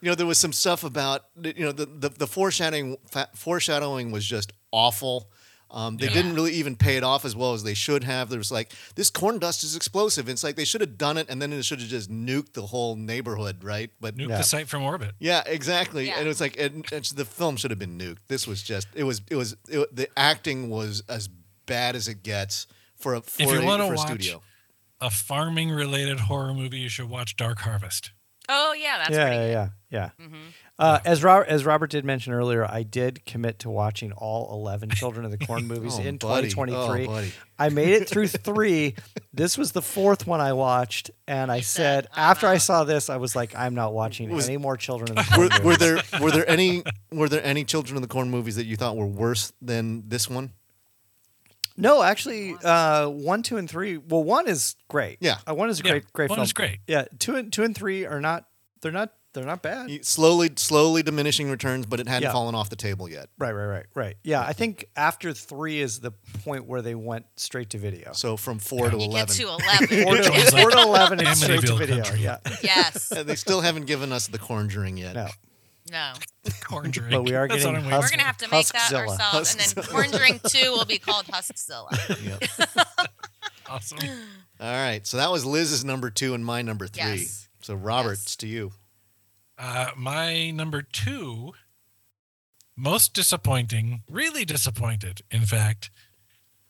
A: you know there was some stuff about you know the the, the foreshadowing fa- foreshadowing was just awful um, they didn't really even pay it off as well as they should have. There was like this corn dust is explosive. It's like they should have done it, and then it should have just nuked the whole neighborhood, right? But
B: [laughs] Nuke
D: Yeah.
B: the site from orbit.
A: yeah, exactly.
C: Yeah.
A: And it was like and, and the film should have been nuked. This was just it was it was it, the acting was as bad as it gets for a for,
B: If you
A: a,
B: wanna
A: for a
B: watch-
A: studio.
B: A farming related horror movie you should watch Dark
D: [laughs]
B: Harvest.
C: oh yeah, that's
D: yeah,
C: pretty.
D: yeah,
C: good.
D: yeah, yeah. Uh, as Robert, as Robert did mention earlier, I did commit to watching all eleven Children of the
A: [laughs]
D: Corn movies
A: Oh,
D: in
A: buddy.
D: 2023.
A: Oh, buddy.
D: I made it through three. This was the fourth one I watched, and I said
C: "I'm
D: after I
C: out."
D: saw this, I was like, I'm not watching
A: Was-
D: any more Children of
A: [laughs]
D: the
A: were,
D: Corn.
A: were
D: movies.
A: there were there any were there any Children of the Corn movies that you thought were worse than this one?
D: No, actually, uh, one, two, and three. Well, one is great.
A: Yeah.
D: uh, one is a
B: Yeah,
D: great, great
B: one
D: film.
B: is great.
D: Yeah, two and two and three are not. They're not. They're not bad.
A: You- slowly slowly diminishing returns, but it hadn't
D: Yeah.
A: fallen off the table yet.
D: Right, right, right, right. Yeah, I think after three is the point where they went straight to video.
A: So [laughs] from four to
C: You
A: eleven,
C: get
A: [laughs]
C: to eleven.
D: Four to,
B: Joins, like,
D: four to eleven is straight to
B: Amityville
D: video.
B: Country.
D: Yeah,
C: [laughs]
A: [laughs]
C: yes.
A: And they still haven't given us the Conjuring yet.
D: no.
C: No.
B: Conjuring.
D: But we are
B: That's what
D: getting
B: I'm waiting
C: We're gonna
D: Husk-
C: have to make that
D: Huskzilla.
C: ourselves, and then Orange Ring Two will be called Huskzilla.
A: Yeah.
B: for. Awesome.
A: All right. So that was Liz's number two and my number three.
C: Yes.
A: So Robert,
C: Yes.
A: it's to you.
B: Uh, my number two, most disappointing, really disappointed, in fact,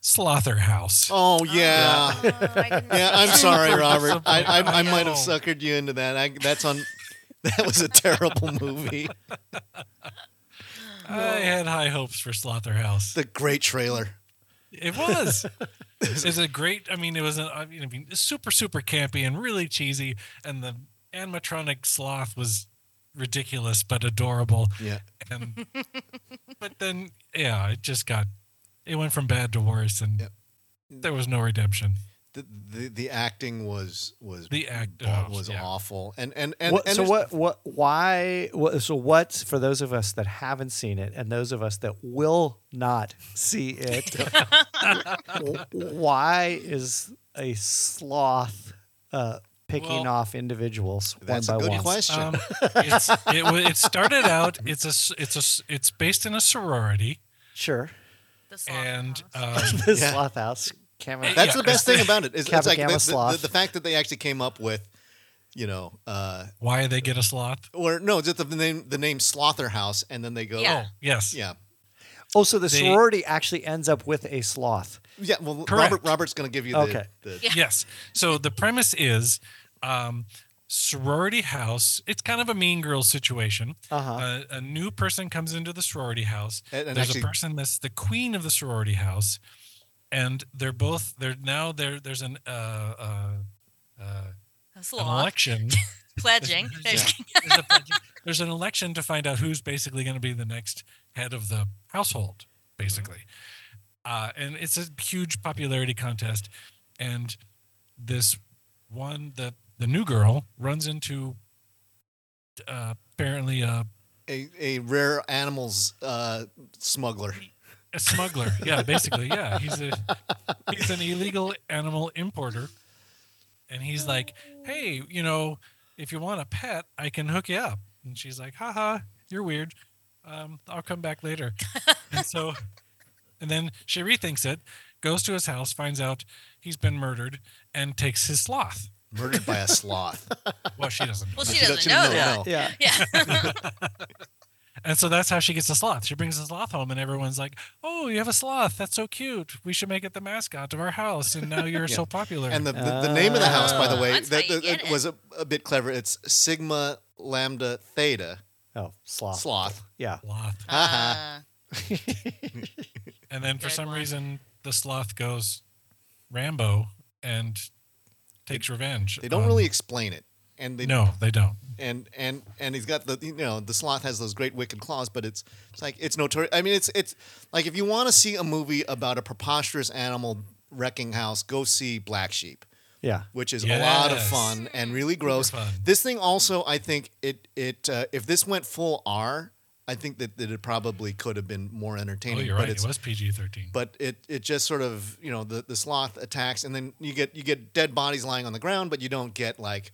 B: Slaughterhouse.
A: [laughs]
B: House.
A: Oh [laughs] yeah.
C: Oh, I didn't
A: Yeah, I'm
B: [laughs]
C: see
A: sorry, Robert. I, I, I might
B: No.
A: have suckered you into that. I, that's on. [laughs] That was a terrible movie.
B: I had high hopes for Slaughterhouse.
A: The great trailer. [laughs]
B: It was. it's a great. I mean, it was. An, I mean, I mean, it's super, super campy and really cheesy. And the animatronic sloth was ridiculous but adorable.
A: Yeah. [laughs]
B: And but then, yeah, it just got. It went from bad to worse, and
A: Yep.
B: there was no redemption.
A: The, the, the acting was was
B: The act
A: That
B: oh,
A: was
B: yeah.
A: awful. And and and,
D: What-
A: and
D: so
A: there's-
D: what? What? Why? What, so what? For those of us that haven't seen it, and those of us that will not see it, [laughs] w- why is a sloth uh, picking
B: Well,
D: off individuals one
A: That's
D: by
A: a good
D: one?
A: question.
B: Um, [laughs] it's, it, wa- it started out. It's a. s- It's a. s- It's based in a sorority,
A: [laughs]
D: Sure, [laughs]
C: the song.
B: and
C: Uh,
B: um,
D: the
A: Yeah.
D: sloth house. Camera.
B: Hey,
A: [laughs] That's
B: yeah,
A: the best thing about it. Is, it's
D: Kappa
A: like the,
D: Gamma
A: the, the,
D: Sloth.
A: the fact that they actually came up with, you know, uh,
B: why they get a sloth?
A: or no, just the name the name Slaughterhouse, and then they go,
C: Yeah.
B: Oh, yes.
A: oh, yeah,
D: Oh, so the
B: They-
D: sorority actually ends up with a sloth.
A: yeah. Well,
B: Correct.
A: Robert Robert's going to give you the,
D: Okay.
A: the
C: Yeah.
B: Yes. So the premise is um, sorority house. It's kind of a mean girl situation.
D: Uh-huh.
B: A- a new person comes into the sorority house.
A: And- and
B: there's
A: actually-
B: a person that's the queen of the sorority house, and they're both. They're now there. There's an uh, uh, uh,
C: that's
B: an
C: law.
B: election.
C: [laughs]
B: [laughs]
C: Pledging.
B: There's, there's a budget- there's an election to find out who's basically going to be the next head of the household, basically. Uh, and it's a huge popularity contest. And this one, the, the new girl, runs into uh, apparently a,
A: a, a rare animals uh, smuggler.
B: a smuggler. yeah, basically. Yeah. He's, a, he's an illegal animal importer. And he's like, hey, you know, if you want a pet, I can hook you up. And she's like, haha, you're weird. Um, I'll come back later. and so, and then she rethinks it, goes to his house, finds out he's been murdered, and takes his sloth.
A: Murdered by a sloth.
B: Well, she doesn't.
C: Well,
B: know.
C: she
A: She
C: doesn't
A: doesn't
C: know
A: know
C: that.
A: Oh.
D: Yeah.
A: [laughs]
C: Yeah.
B: And so that's how she gets a sloth. She brings a sloth home, and everyone's like, oh, you have a sloth. That's so cute. We should make it the mascot of our house. And
A: [laughs]
B: now you're so popular.
A: And the, the, the name of the house, by the
C: Ah.
A: way,
C: That's how
A: that,
C: you
A: that-
C: get
A: it
C: it.
A: was a, a bit clever. It's Sigma Lambda Theta
D: Oh, sloth.
A: Sloth.
D: Yeah.
B: sloth.
A: Haha.
C: Uh,
B: And then for
C: Good
B: some
C: one.
B: reason, the sloth goes Rambo and takes revenge.
A: They don't
B: on-
A: really explain it, and they
B: Um, no, they don't. Oh,
A: and and and he's got the you know the sloth has those great wicked claws, but it's it's like it's notorious. I mean, it's it's like if you want to see a movie about a preposterous animal wrecking house, go see Black Sheep.
D: Yeah.
A: which is a lot of
B: Yes.
A: fun and really gross.
B: fun.
A: This thing also, I think it it uh, if this went full R, I think that, that it probably could have been more
B: Oh,
A: entertaining.
B: you're
A: but
B: right. It
A: it's
B: was PG 13.
A: but it it just sort of you know the the sloth attacks and then you get you get dead bodies lying on the ground, but you don't get like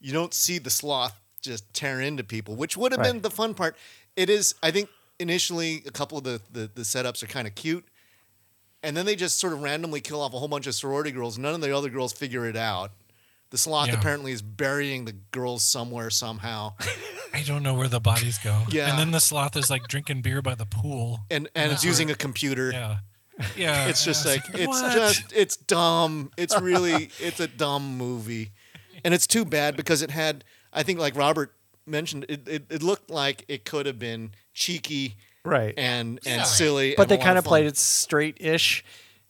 A: you don't see the sloth just tear into people, which would have been
D: Right.
A: the fun part. It is, I think, initially a couple of the the, the setups are kind of cute. And then they just sort of randomly kill off a whole bunch of sorority girls. None of the other girls figure it out. The sloth
B: Yeah.
A: apparently is burying the girls somewhere somehow.
B: I don't know where the bodies go.
A: [laughs] Yeah.
B: And then the sloth is like drinking beer by the pool.
A: And and it's using a computer.
B: Yeah.
A: [laughs]
B: Yeah.
A: It's just
B: yeah.
A: like it's
B: What?
A: just it's dumb. It's really it's a dumb movie, and it's too bad because it had I think like Robert mentioned it. It, it looked like it could have been cheeky
D: Right.
A: and and
C: Yeah.
A: silly,
D: but
A: and
D: they kind of played it straight ish.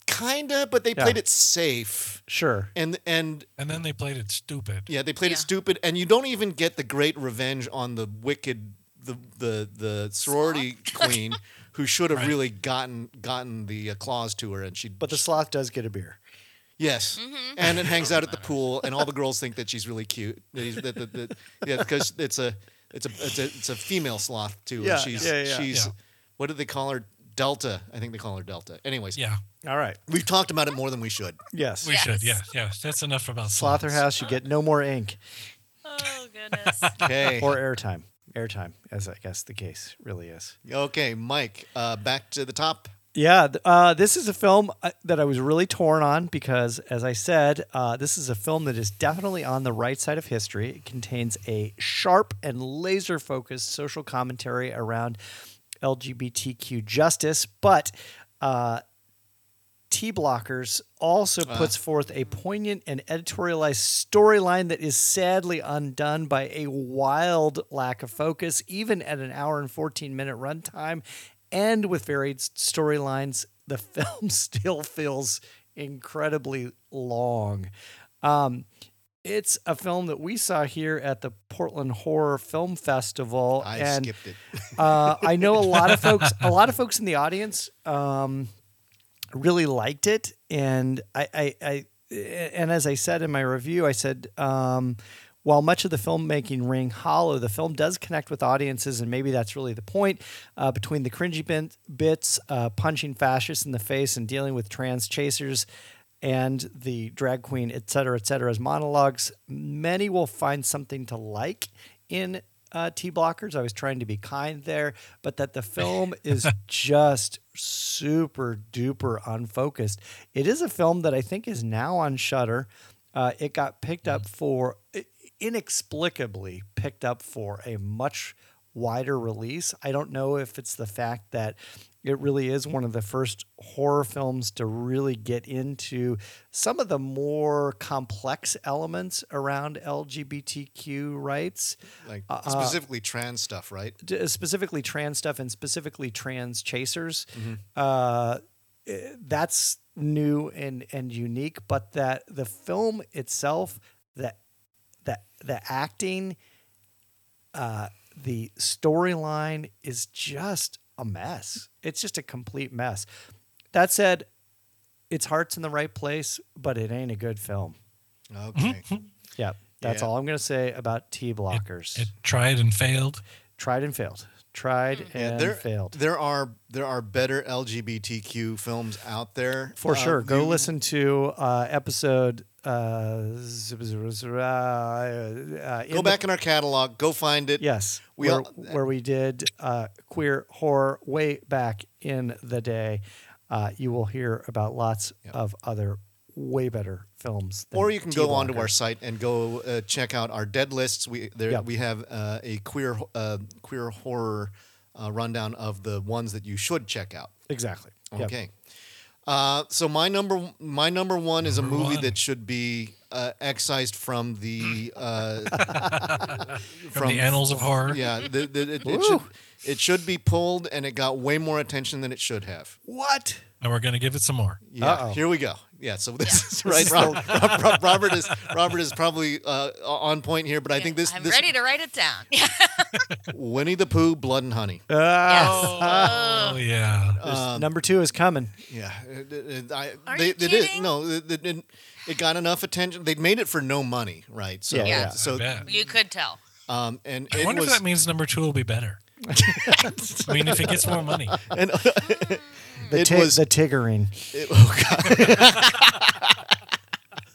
A: kind of, but they
D: Yeah.
A: played it safe,
D: Sure.
A: and and
B: And then they played it stupid.
A: yeah, they played it
C: Yeah.
A: stupid, and you don't even get the great revenge on the wicked the the the sorority queen who should have
B: Right.
A: really gotten gotten the uh, claws to her, and she
D: But the sloth does get a beer.
A: Yes, and it hangs out at the pool, and all the girls think that she's really cute. That he's- that- that- that- yeah, because it's a it's a it's a it's a female sloth too. and
D: Yeah,
A: she's
D: yeah, yeah.
A: she's
B: Yeah.
A: what did they call her? Delta, I think they call her Delta. Anyways,
B: Yeah.
D: All right.
A: we've talked about it more than we should.
D: Yes.
B: We
C: Yes.
B: should. Yeah. Yeah. That's enough about sloths.
D: Slotherhouse, you get no more ink
C: Oh goodness.
A: Okay,
D: [laughs] or airtime. Airtime, as I guess the case really is.
A: okay, Mike, uh, back to the top.
D: Yeah, th- uh, this is a film uh, that I was really torn on because, as I said, uh, this is a film that is definitely on the right side of history. It contains a sharp and laser focused social commentary around LGBTQ justice, but uh, T Blockers also
A: Ah.
D: puts forth a poignant and editorialized storyline that is sadly undone by a wild lack of focus, even at an hour and 14 minute runtime. And with varied s- storylines, the [laughs] film still feels incredibly long. Um, it's a film that we saw here at the Portland Horror Film Festival.
A: I
D: and
A: skipped it.
D: uh, I know a lot of folks. A lot of folks in the audience um, really liked it, and I, I, I, and as I said in my review, I said. Um, while much of the filmmaking ring hollow, the film does connect with audiences, and maybe that's really the point. Uh, between the cringy bin- bits, uh, punching fascists in the face, and dealing with trans chasers, and the drag queen, et cetera, et cetera's monologues, many will find something to like in uh, T Blockers. I was trying to be kind there, but that the film is just super duper unfocused. It is a film that I think is now on Shutter. Uh, it got picked up for inexplicably picked up for a much wider release. I don't know if it's the fact that it really is one of the first horror films to really get into some of the more complex elements around LGBTQ rights,
A: Like
D: uh,
A: specifically trans stuff, right?
D: d- specifically trans stuff and specifically trans chasers. Uh, eh, that's new and and unique, but that the film itself, that the the acting, uh, the storyline is just a mess. It's just a complete mess. That said, its heart's in the right place, but it ain't a good film. Mm-hmm.
A: Okay,
D: Yeah, that's
A: Yeah.
D: all I'm gonna say about T blockers.
B: It tried and failed.
D: Tried and failed. Tried and
A: there
D: failed.
A: There are there are better LGBTQ films out there
D: For
A: Uh,
D: sure. Go
A: you-
D: listen to uh, episode. Uh, zip, zip, zip, uh, uh, in
A: Go
D: the-
A: back in our catalog. Go find it.
D: yes.
A: We
D: where,
A: all-
D: where we did uh, queer horror way back in the day. Uh, you will hear about lots of other way better films. than
A: or you can go onto
D: T-Blocker.
A: our site and go uh, check out our dead lists. We there
D: Yeah.
A: we have uh, a queer uh, queer horror uh, rundown of the ones that you should check out.
D: Exactly. Yep.
A: Okay. Uh, so my number my number one is a
B: Number
A: movie
B: one.
A: that should be uh, excised from the uh,
B: [laughs] From, the annals of horror.
A: Yeah, the, the, it, it should it should be pulled, and it got way more attention than it should have.
D: What?
B: and we're going to give it some more.
A: Yeah,
D: Uh-oh.
A: here we go. Yeah, so this
D: Yeah.
A: is right. Rob, Rob,
C: [laughs]
A: Rob- Robert is Robert is probably uh, on point here, but I think this
C: I'm
A: this
C: ready to write it down. Yeah.
A: Winnie the Pooh, Blood and Honey.
D: Ah,
A: [laughs]
B: Oh, yeah.
D: there's-
A: Um,
D: number two is coming.
A: Yeah, it- it- it- I-
C: Are
A: they,
C: you
A: they did-
C: kidding?
A: no, it, it, it- it got enough attention. They made it for no money, right? So,
D: Yeah, yeah.
B: I
A: so,
B: bet.
C: Oh, You could tell.
A: um, and
B: I
A: it
B: wonder
A: was,
B: if that means number two will be better. I mean, if it gets
A: [laughs]
B: more money.
A: and,
D: The,
A: It
D: ti-
A: was-
D: the tiggering.
A: it- oh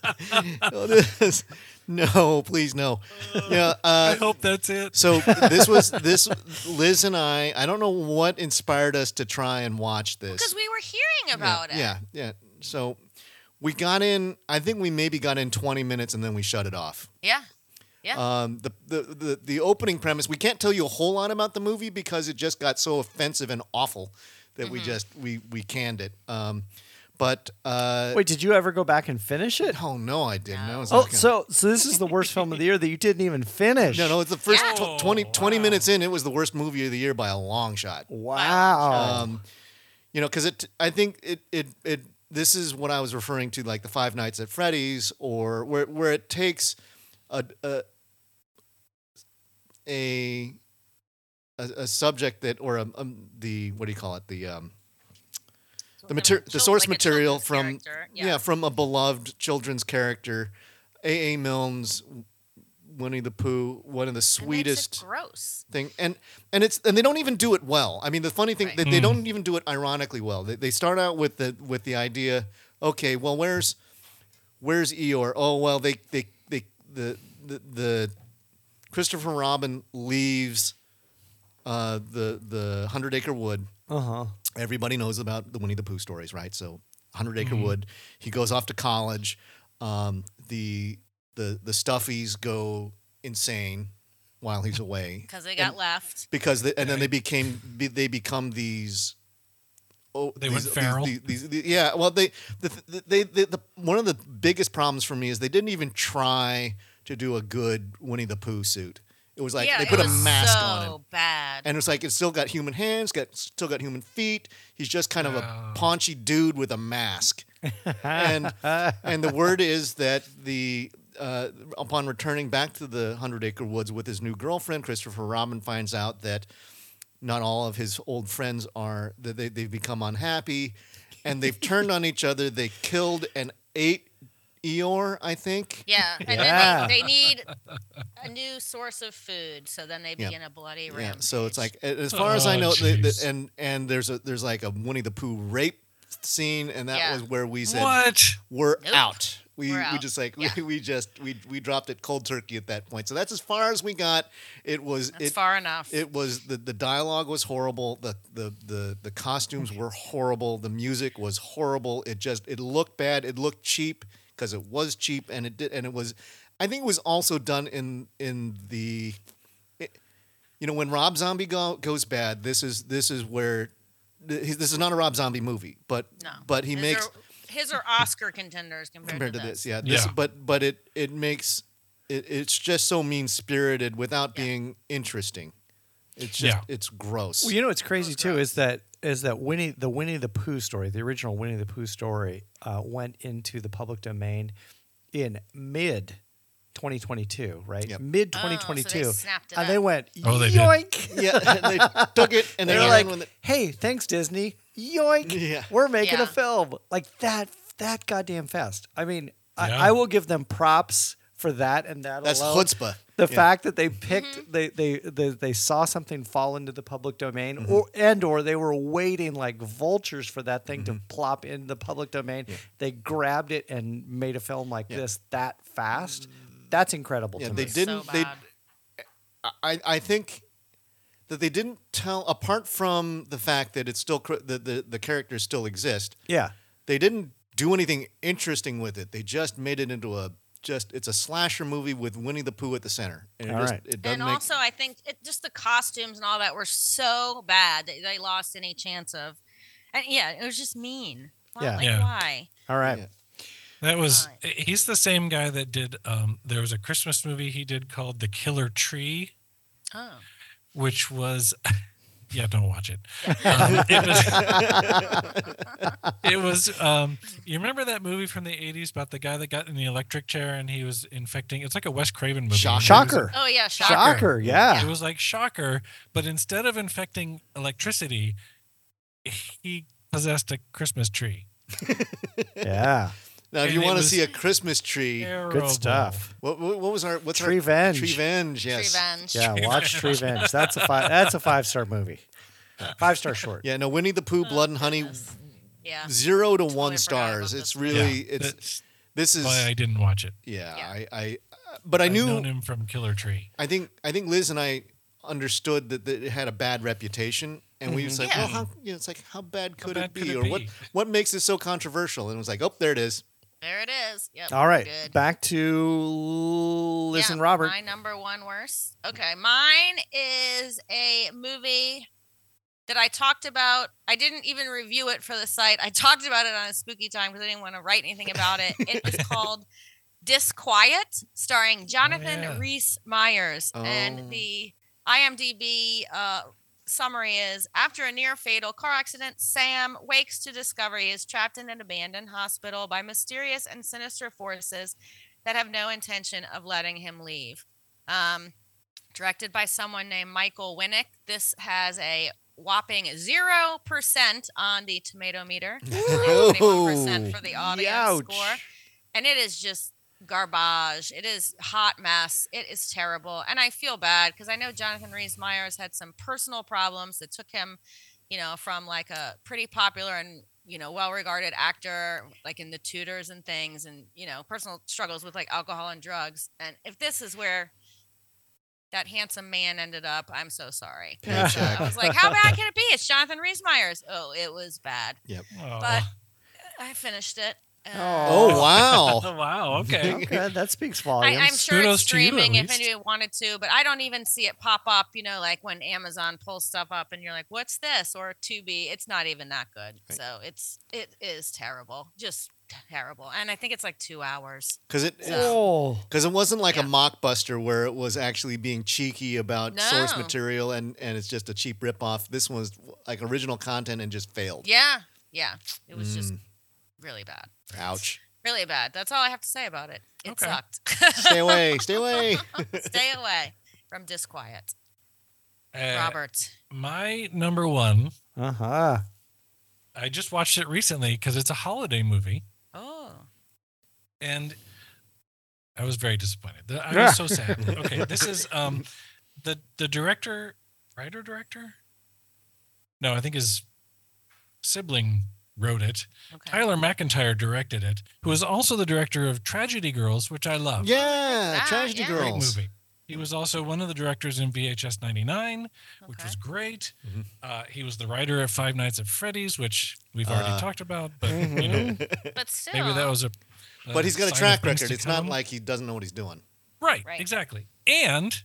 A: god, Oh, [laughs] this- no, please no, yeah.
B: I
A: Uh,
B: hope that's it.
A: so this was this Liz and I. I don't know what inspired us to try and watch this.
C: Because we were hearing about it.
A: Yeah, yeah. So we got in. I think we maybe got in 20 minutes and then we shut it off.
C: Yeah. Yeah.
A: Um, the, the the the opening premise. We can't tell you a whole lot about the movie because it just got so offensive and awful that
C: Mm-hmm.
A: we just we we canned it. Um, but uh,
D: Wait, did you ever go back and finish it?
A: oh no, I didn't. That was
D: Oh,
A: not gonna-
D: so so this is the worst film of the year that you didn't even
A: [laughs]
D: finish.
A: no, no. It's the first
C: Yeah.
A: tw- 20,
B: Oh,
A: 20
B: wow.
A: minutes in. It was the worst movie of the year by a long shot.
D: Wow.
A: um, you know, because it, I think it, it, it, this is what I was referring to, like the Five Nights at Freddy's, or where where it takes a a a, a, a subject that, or a, um the what do you call it, the um, the material, the
C: Chil-
A: source
C: like a
A: material
C: children's
A: from
C: character,
A: yeah. from a beloved children's character, A. A. Milne's Winnie the Pooh, one of the
C: It makes it
A: sweetest
C: gross.
A: thing and and it's and they don't even do it well i mean the funny thing
C: Right.
A: that they don't even do it ironically well they, they start out with the with the idea okay well where's where's eeyore oh well they they, they the, the the christopher robin leaves uh the the hundred acre wood
D: Uh
B: Uh-huh.
D: huh.
A: everybody knows about the Winnie the Pooh stories, right? So, Hundred Acre Wood. He goes off to college. Um, the the the stuffies go insane while he's away
C: Because they got left.
A: because they, and then they became be- they become these. Oh,
B: They
A: these,
B: went
A: these-
B: feral?
A: These, these- these- yeah, well, they the, the, they the, the one of the biggest problems for me is they didn't even try to do a good Winnie the Pooh suit. It was like
C: yeah,
A: they put
C: it
A: a
C: was
A: mask
C: so
A: on him
C: bad.
A: and it's like it's still got human hands, got still got human feet. He's just kind of
B: Wow.
A: a paunchy dude with a mask. and and the word is that the uh, upon returning back to the Hundred Acre Woods with his new girlfriend, Christopher Robin finds out that not all of his old friends are that they, they've become unhappy, and they've turned on each other. They killed and ate Eeyore, I think.
C: yeah. And then
D: Yeah.
C: they,
A: [laughs]
C: they need a new source of food. So then they
A: Yeah.
C: begin a bloody rampage.
A: Yeah, so it's like a- as far as I
B: Oh,
A: know, the, the,
B: jeez.
A: and and there's a there's like a Winnie the Pooh rape scene, and that
C: Yeah.
A: was where we said
B: What?
A: we're
C: Nope.
A: out. We
C: We're
A: we
C: out.
A: just like [laughs]
C: Yeah.
A: we, we just we we dropped it cold turkey at that point. So that's as far as we got. It was
C: That's
A: it
C: far enough.
A: it was the the dialogue was horrible. The the the the costumes were horrible. The music was horrible. It just it looked bad. It looked cheap because it was cheap, and it did and it was. I think it was also done in in the you know when Rob Zombie go, goes bad, this is this is where th- this is not a Rob Zombie movie, but
C: no.
A: but he
C: His
A: makes
C: Are, his are Oscar contenders compared,
A: compared to this, yeah,
B: Yeah.
A: this, but but it it makes it, it's just so mean spirited without
C: Yeah.
A: being interesting. It's just
B: Yeah.
A: it's gross.
D: Well, you know what's crazy too is that is that Winnie the Winnie the Pooh story, the original Winnie the Pooh story, uh, went into the public domain in mid 2022, right?
A: Yep.
D: Mid
C: Oh,
D: 2022,
C: so they snapped it
D: and they
C: up.
D: went
B: Oh, they did.
A: [laughs] [laughs]
D: yoink.
A: yeah, and they took it and they
D: They're
A: ran
D: like,
A: with it.
D: hey, thanks Disney, yoink.
A: Yeah.
D: We're making
C: Yeah.
D: a film like that. That goddamn fast. I mean,
B: Yeah.
D: I, I will give them props for that and that
A: That's
D: alone.
A: chutzpah.
D: The
A: Yeah.
D: fact that they
C: Mm-hmm.
D: picked, they, they they they saw something fall into the public domain,
A: Mm-hmm.
D: or and or they were waiting like vultures for that thing
A: Mm-hmm.
D: to plop in the public domain. They grabbed it and made a film like
A: Yeah.
D: this that fast.
C: Mm.
D: That's incredible.
A: Yeah,
D: to
A: they
D: me.
C: So
A: didn't- they-
C: bad.
A: I, I think that they didn't tell apart from the fact that it's still cr- the, the the characters still exist.
D: Yeah,
A: They didn't do anything interesting with it. They just made it into a just it's a slasher movie with Winnie the Pooh at the center. And it
D: All
A: just
D: right.
A: it doesn't
C: and
A: make
C: also, I think it, just the costumes and all that were so bad that they lost any chance of. And yeah, it was just mean. Why-
D: Yeah.
C: Like,
B: Yeah.
C: Why?
D: all right.
A: Yeah.
B: That was
C: Fine.
B: he's the same guy that did um there was a Christmas movie he did called The Killer Tree,
C: Oh.
B: which was [laughs] yeah, don't watch it. [laughs] Um, it was, it was um, you remember that movie from the 80s about the guy that got in the electric chair and he was infecting? It's like a Wes Craven movie.
A: Shocker.
C: [laughs]
D: Shocker.
C: Oh yeah, shocker.
D: Shocker.
B: It
D: Yeah.
B: was like Shocker, but instead of infecting electricity, he possessed a Christmas tree.
D: Yeah.
A: Now, if
B: And
A: you
B: it
A: want to
B: was-
A: see a Christmas tree,
B: Terrible.
D: Good stuff.
A: what, what, what was our what's our
D: Treevenge.
A: Treevenge? Yes.
C: Revenge. [laughs]
D: Yeah. Watch Treevenge. That's a five. That's a five star movie. Five star short.
A: Yeah. No, Winnie the Pooh, Blood and Honey,
C: Yeah.
A: zero to one
C: Oh, forgot
A: stars.
C: about
A: It's
C: this.
A: really
B: Yeah,
A: it's
B: that's
A: this is
B: why I didn't watch it.
A: yeah.
C: Yeah.
A: I I but I
B: I've
A: knew
B: known him from Killer Tree.
A: I think I think Liz and I understood that, that it had a bad reputation, and we was like,
C: Yeah.
A: well, how you know, it's like how bad could
B: Mm-hmm. bad
A: it be,
B: could it
A: or what
B: be?
A: what makes it so controversial? And it was like, oh, there it
B: [laughs]
A: is.
C: There it is. Yep.
D: All right.
C: Good.
D: Back to Liz
C: Yeah,
D: and Robert.
C: My number one worst. Okay, mine is a movie that I talked about. I didn't even review it for the site. I [laughs] talked about it on a spooky time because I didn't want to write anything about it. It
D: [laughs]
C: was called Disquiet,
D: Oh,
C: starring Jonathan
B: yeah.
C: Rhys Meyers.
A: Oh.
C: And the IMDb uh, summary is after a near fatal car accident, Sam wakes to discover he is trapped in an abandoned hospital by mysterious and sinister forces that have no intention of letting him leave. Um, directed by someone named Michael Winnick, this has a whopping 0% on the tomato meter, only 21% for the audience
D: Ouch.
C: score. And it is just garbage. It is hot mess. It is terrible. And I feel bad because I know Jonathan Rhys Meyers had some personal problems that took him, you know, from like a pretty popular and you know well-regarded actor like in the tutors and things and you know personal struggles with like alcohol and drugs and if this is where that handsome man ended up i'm so sorry [laughs]
A: Paycheck.
C: i was like how bad can it be it's jonathan rhys meyers oh it was bad
B: Oh,
C: But- i finished it
D: Oh.
A: Oh wow.
B: [laughs] oh wow.
A: [laughs]
B: Okay.
D: Okay, [laughs] that speaks
C: I,
D: volumes.
C: I'm sure
B: Kudos
C: it's
B: to you, at
C: streaming if
B: least.
C: anyone wanted to, but I don't even see it pop up. You know, like when Amazon pulls stuff up and you're like, "What's this?" or Tubi. It's not even that good.
A: Right.
C: So it's it is terrible, just terrible. And I think it's like two hours.
A: Because it
D: Oh.
A: because it wasn't like a
C: Yeah.
A: mockbuster where it was actually being cheeky about source
C: No.
A: material and and it's just a cheap ripoff. This one was like original content and just failed.
C: Yeah, yeah. It was
B: Mm.
C: just really bad, [laughs]
A: Ouch.
C: really bad. That's all I have to say about it. It
B: Okay.
C: sucked.
A: Stay away. Stay away.
C: [laughs] Stay away from disquiet,
B: Uh,
C: Robert.
B: my number one.
D: Uh huh.
B: I just watched it recently because it's a holiday movie,
C: Oh,
B: and I was very disappointed. The- I
D: Yeah.
B: was so sad.
A: [laughs]
B: Okay, this is um, the the director, writer, director. No, I think his sibling wrote it.
C: okay.
B: Tyler McIntyre directed it, who is also the director of Tragedy Girls, which I love.
A: Yeah,
C: Ah,
A: Tragedy
C: yeah. Great
B: great
A: Girls.
B: movie. He was also one of the directors in VHS 99, which
C: Okay.
B: was great.
A: Mhm.
B: Uh, he was the writer at Five Nights at Freddy's, which we've already
A: Uh,
B: talked about, but you know,
C: But still,
B: maybe that was a.
A: But he's got a
B: sign of
A: track
B: things
A: record.
B: to
A: It's not
B: come.
A: like he doesn't know what he's doing.
B: right,
C: Right.
B: exactly. And,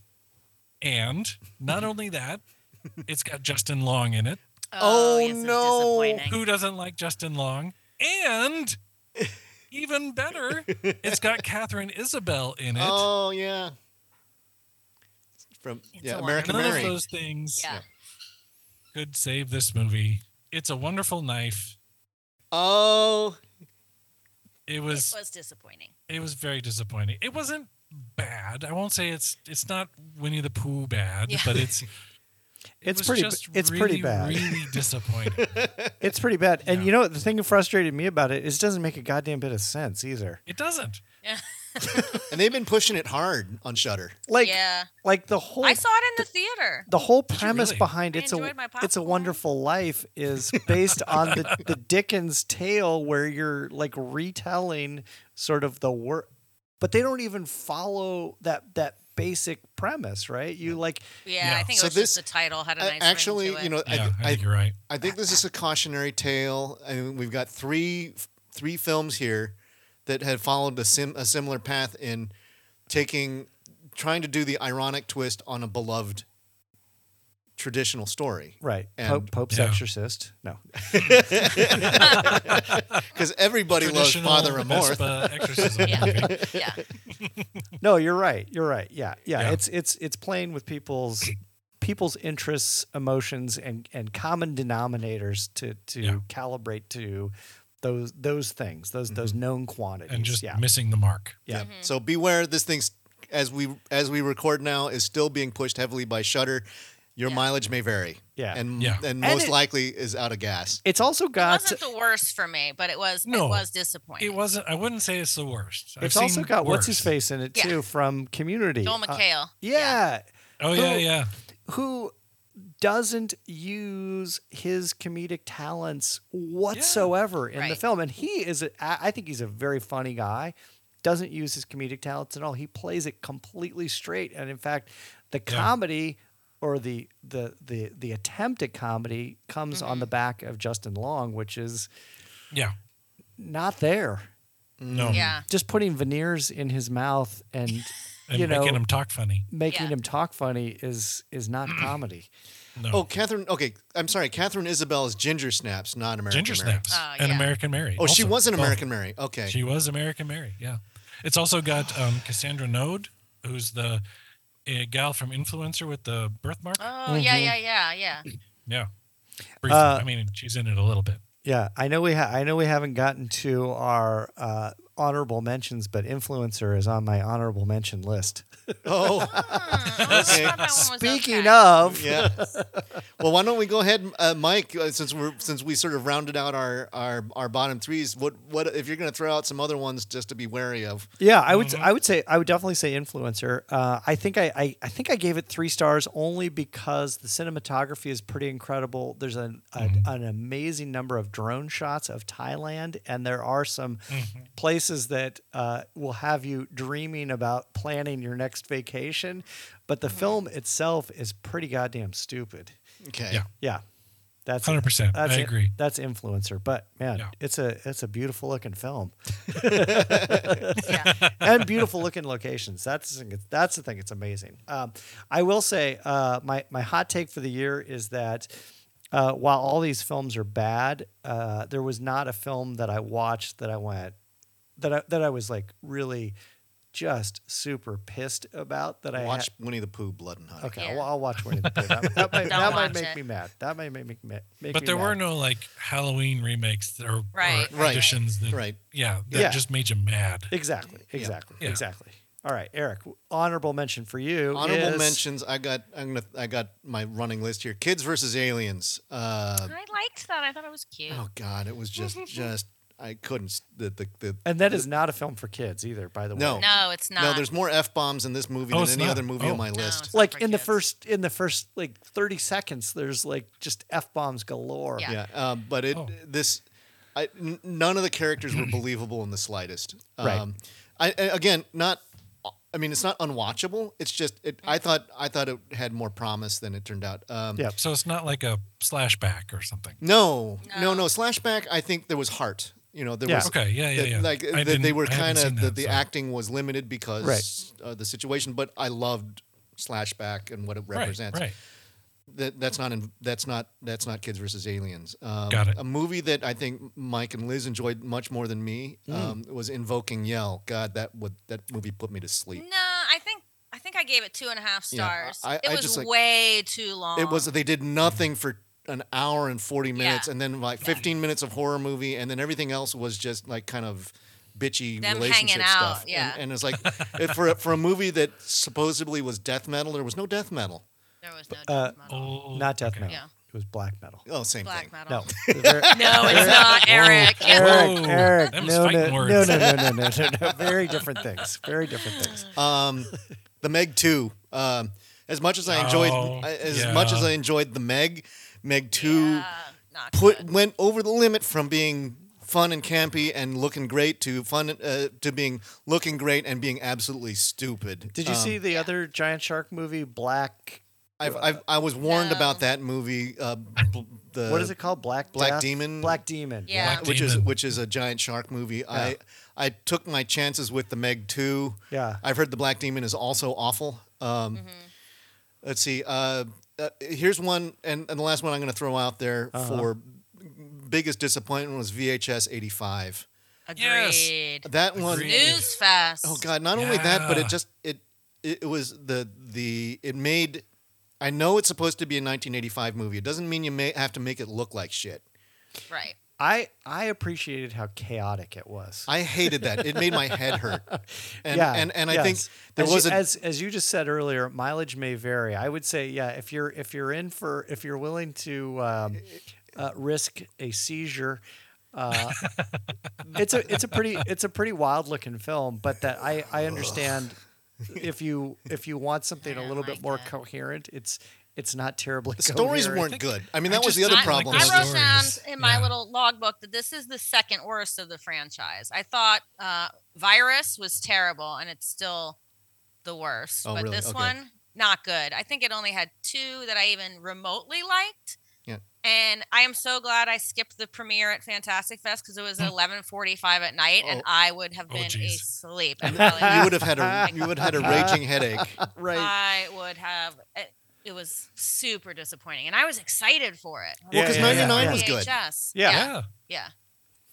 B: and not only that, it's got Justin Long in it.
A: Oh,
C: yes, it's
A: no.
C: disappointing.
B: Who doesn't like Justin Long? And even better, it's got Catherine Isabel in it.
A: Oh yeah. From
C: It's
A: yeah,
C: a
A: American
B: None
A: Mary.
B: of those things.
C: Yeah.
B: could save this movie. It's a wonderful knife.
A: Oh,
B: It
C: It
B: was
C: was disappointing.
B: it was very disappointing. It wasn't bad. I won't say it's it's not Winnie the Pooh bad,
C: Yeah.
B: but
C: [laughs]
B: it's it
D: It's
B: was
D: pretty-
B: just
D: it's
B: really,
D: pretty bad. [laughs]
B: Really disappointing.
D: It's pretty bad. And
B: Yeah.
D: you know what? The thing that frustrated me about it is it doesn't make a goddamn bit of sense either.
B: it
D: [laughs]
B: doesn't.
A: and they've been pushing it hard on Shutter.
D: Like
C: yeah,
D: like the whole
C: I saw it in the theater.
D: the whole
B: you
D: premise
B: really?
D: behind
C: I
D: it's a
C: enjoyed my
D: it's a
C: popcorn.
D: wonderful life is based on the, the Dickens tale where you're like retelling sort of the work but they don't even follow that that basic premise, right? You like
C: Yeah,
B: Yeah.
C: I think
A: So
C: it was
A: this-
C: just the title had a
A: A-
C: nice
A: Actually,
C: ring to it.
A: you know,
B: Yeah, I,
A: I,
B: think you're right.
A: I, I think this is a cautionary tale. I mean, we've got three three films here that had followed a, sim, a similar path in taking trying to do the ironic twist on a beloved traditional story.
D: right,
A: And-
D: Pope, Pope's
B: Yeah.
D: exorcist. No.
A: Because everybody loves
B: Traditional
A: Father Amorth. [laughs]
B: Vespa exorcism.
C: Yeah.
B: movie.
C: yeah,
D: No, you're right. You're right. Yeah. Yeah.
B: Yeah.
D: It's it's it's playing with people's people's interests, emotions, and and common denominators to to
B: Yeah.
D: calibrate to those those things, those those known quantities.
B: Mm-hmm. and just
D: yeah.
B: missing the mark.
D: yeah.
C: Mm-hmm.
A: So beware this thing's as we as we record now is still being pushed heavily by Shutter. Your
C: Yeah.
A: mileage may vary.
D: Yeah.
A: And
B: Yeah.
A: and
D: And
A: most
D: it-
A: likely is out of gas.
D: It's also
C: It
D: got
C: wasn't the worst for me, but it was
B: No.
C: it was disappointing.
B: It wasn't. I wouldn't say it's the worst. I've
D: it's also
B: seen
D: got
B: worse.
D: what's his face in it
C: Yeah.
D: too from Community.
C: Joel
D: Uh,
C: McHale.
D: yeah,
B: Oh yeah,
D: Who-
B: yeah.
D: who doesn't use his comedic talents whatsoever in the
C: Right.
D: film and he is a, I I think he's a very funny guy doesn't use his comedic talents at all he plays it completely straight and in fact the comedy or the the the the attempt at comedy comes
B: Mm-hmm.
D: on the back of Justin Long which is
B: Yeah.
D: not there
B: No.
C: Yeah.
D: just putting veneers in his mouth and
B: [laughs] And
D: you know
B: making him talk funny.
D: making
C: Yeah.
D: him talk funny is is
B: [clears throat]
D: not comedy
B: No.
A: Oh, Catherine. Okay, I'm sorry. Catherine Isabel is Ginger Snaps, not American.
B: Ginger
A: Mary.
B: snaps
C: Oh,
B: and
C: yeah.
B: American Mary.
A: Oh, she
B: also.
A: was an
B: Both.
A: American Mary. Okay.
B: She was American Mary. Yeah. It's also got um, Cassandra Node, who's the a gal from Influencer with the birthmark.
C: Oh
A: Mm-hmm.
C: yeah, yeah, yeah, yeah.
B: Yeah. Briefly.
D: Uh,
B: I mean, she's in it a little bit.
D: Yeah, I know we ha- I know we haven't gotten to our uh, honorable mentions, but influencer is on my honorable mention list.
A: oh,
C: Hmm, I thought that one was
D: Speaking
C: okay.
D: of,
A: [laughs] yeah. Well, why don't we go ahead, uh, Mike? Uh, since we're since we sort of rounded out our our our bottom threes, what what if you're going to throw out some other ones just to be wary of?
D: yeah, I
B: Mm-hmm.
D: would I would say I would definitely say influencer. Uh, I think I, I I think I gave it three stars only because the cinematography is pretty incredible. There's an an,
B: Mm-hmm.
D: an amazing number of drone shots of Thailand, and there are some
B: Mm-hmm.
D: places that uh, will have you dreaming about planning your next vacation. But
B: Mm-hmm.
D: the film itself is pretty goddamn stupid.
A: Okay.
B: Yeah.
D: Yeah. That's
B: 100%.
D: That's
B: I
D: it.
B: agree.
D: That's influencer, but man,
B: Yeah.
D: it's a it's a beautiful looking film
C: Yeah.
D: and beautiful looking locations. That's the thing, that's the thing. It's amazing. Um, I will say uh, my my hot take for the year is that uh, while all these films are bad, uh, there was not a film that I watched that I went that I, that I was like really just super pissed about that I had-
A: Watch Winnie the Pooh, Blood and Honey.
D: Okay,
C: Yeah.
D: well, I'll watch Winnie the Pooh. That, that might,
A: [laughs]
C: Don't
D: that might
C: watch
D: make
C: it.
D: me mad. That might make me mad. Make
B: But
D: me
B: there
D: mad.
B: were no like Halloween remakes that- or,
C: Right,
B: or
A: right.
B: editions that,
A: Right.
B: yeah, that
D: Yeah.
B: just made you mad.
D: Exactly. Exactly.
B: Yeah.
D: Exactly. All right, Eric. Honorable mention for you.
A: Honorable
D: is-
A: mentions. I got. I'm gonna. I got my running list here. Kids versus aliens. Uh,
C: I liked that. I thought it was cute.
A: oh God, it was just just. I couldn't. s- The the, the
D: And that is not a film for kids either, by the way.
A: No.
C: No, it's not.
A: no. There's more f bombs in this movie
B: Oh,
A: than
B: it's
A: any
B: not.
A: other movie
B: Oh.
A: on my
C: No,
A: list.
C: it's not
D: Like
C: for
D: in the
C: kids.
D: first in the first like thirty seconds, there's like just f bombs galore.
C: Yeah.
A: Yeah, um, but it
B: Oh.
A: this I, n- none of the characters were believable in the slightest. Um,
D: Right.
A: I, I- again, not. I mean, it's not unwatchable. It's just it, I thought I thought it had more promise than it turned out. Um,
D: Yeah.
B: So it's not like a slashback or something.
A: No, no, no,
C: No.
A: Slashback. I think there was heart. You know, there
D: Yeah.
A: was
B: Okay, yeah, yeah,
A: that,
B: yeah.
A: Like
B: I
A: that they
B: didn't-
A: were
B: I haven't
A: kind of
B: seen
A: the,
B: that,
A: the
B: so-
A: acting was limited because uh, the situation. But I loved Slashback and what it represents.
B: Right, right.
A: That that's not in, that's not that's not Kids versus Aliens. Um,
B: Got it.
A: A movie that I think Mike and Liz enjoyed much more than me
C: Mm.
A: um, was Invoking Yell. God, that would that movie put me to sleep.
C: No, I think I think I gave it two and a half
A: Yeah, I-
C: stars.
A: I-
C: it
A: I
C: was
A: just, like-
C: way too long.
A: It was they did nothing for an hour and 40 minutes
C: Yeah.
A: and then like 15 minutes of horror movie and then everything else was just like kind of bitchy
C: Them
A: relationship
C: hanging out,
A: stuff
C: yeah.
A: and, and it's like it, for, a- for a movie that supposedly was death metal there was no death metal
C: There was no
D: uh,
C: death metal.
B: Oh,
D: Not death
B: okay.
D: metal.
C: Yeah.
D: It was black metal.
A: oh same
C: Black
A: thing
C: metal.
A: [laughs]
D: No.
C: [laughs]
D: Eric,
C: No, it's not, Eric.
D: Eric,
B: Whoa,
D: Eric,
B: them's
D: no,
B: fighting
D: no, no, no,
B: words.
D: no, no, no, no,
C: [laughs]
D: no. Very different things. Very
C: [sighs]
D: different things.
A: um, the meg 2 um, as much as i enjoyed
B: Oh,
A: as
B: yeah.
A: much as i enjoyed the meg meg 2
C: Yeah, not
A: put
C: good.
A: went over the limit from being fun and campy and looking great to fun uh, to being looking great and being absolutely stupid.
D: Did you
A: Um,
D: see the other giant shark movie, Black?
A: Uh, I've, I've, I was warned
C: No.
A: about that movie. Uh, bl- the
D: What is it called? Black
A: Uh, Black
D: Death?
A: Demon?
D: Black Demon.
C: Yeah.
B: Black
A: Which is
B: Demon.
A: which is a giant shark movie. I I took my chances with the Meg two.
D: Yeah.
A: I've heard the Black Demon is also awful. Um, Let's see. Uh, uh, here's one, and, and the last one I'm going to throw out there for biggest disappointment was VHS eighty five.
B: Yes.
C: Agreed.
A: That one
B: Agreed.
C: News fast.
A: Oh God! Not only that, but
B: Yeah.
A: it just it, it it was the the it made I know it's supposed to be a 1985 movie. It doesn't mean you may have to make it look like shit.
C: Right.
D: I I appreciated how chaotic it was.
A: I hated that. It made my head
D: [laughs]
A: hurt. And
D: yeah,
A: and, and I
D: yes.
A: think there
D: as
A: was
D: you,
A: a
D: as as you just said earlier, mileage may vary. I would say, yeah, if you're if you're in for if you're willing to um, uh, risk a seizure, uh, [laughs] it's a it's a pretty it's a pretty wild looking film. But that I I understand if you if you want something
C: I
D: a
C: don't
D: little bit
C: like
D: more
C: it.
D: coherent, it's it's not terribly.
A: the stories
D: coherent.
A: weren't
B: think-
A: good. I mean,
B: I
A: that was
B: just
A: the other
B: didn't like
A: problem.
B: the
A: was
C: I wrote
A: that-
B: story.
C: down
B: stories.
C: in my
B: Yeah.
C: little logbook that this is the second worst of the franchise. I thought uh, Virus was terrible, and it's still the worst.
A: Oh,
C: but
A: really?
C: this
A: Okay.
C: one, not good. I think it only had two that I even remotely liked.
A: Yeah.
C: And I am so glad I skipped the premiere at Fantastic Fest because it was at 11:45 at night, and
A: Oh.
C: I would have
B: Oh,
C: been
B: geez.
C: asleep.
A: And
C: Really,
A: you would have had a you would have had a
D: [laughs]
A: raging headache.
D: right.
C: I would have. It, it was super disappointing, and I was excited for it.
A: Well,
D: Yeah,
A: because
D: yeah, yeah,
A: '99
D: yeah.
A: was good.
C: VHS.
D: Yeah.
C: yeah,
B: Yeah.
C: yeah.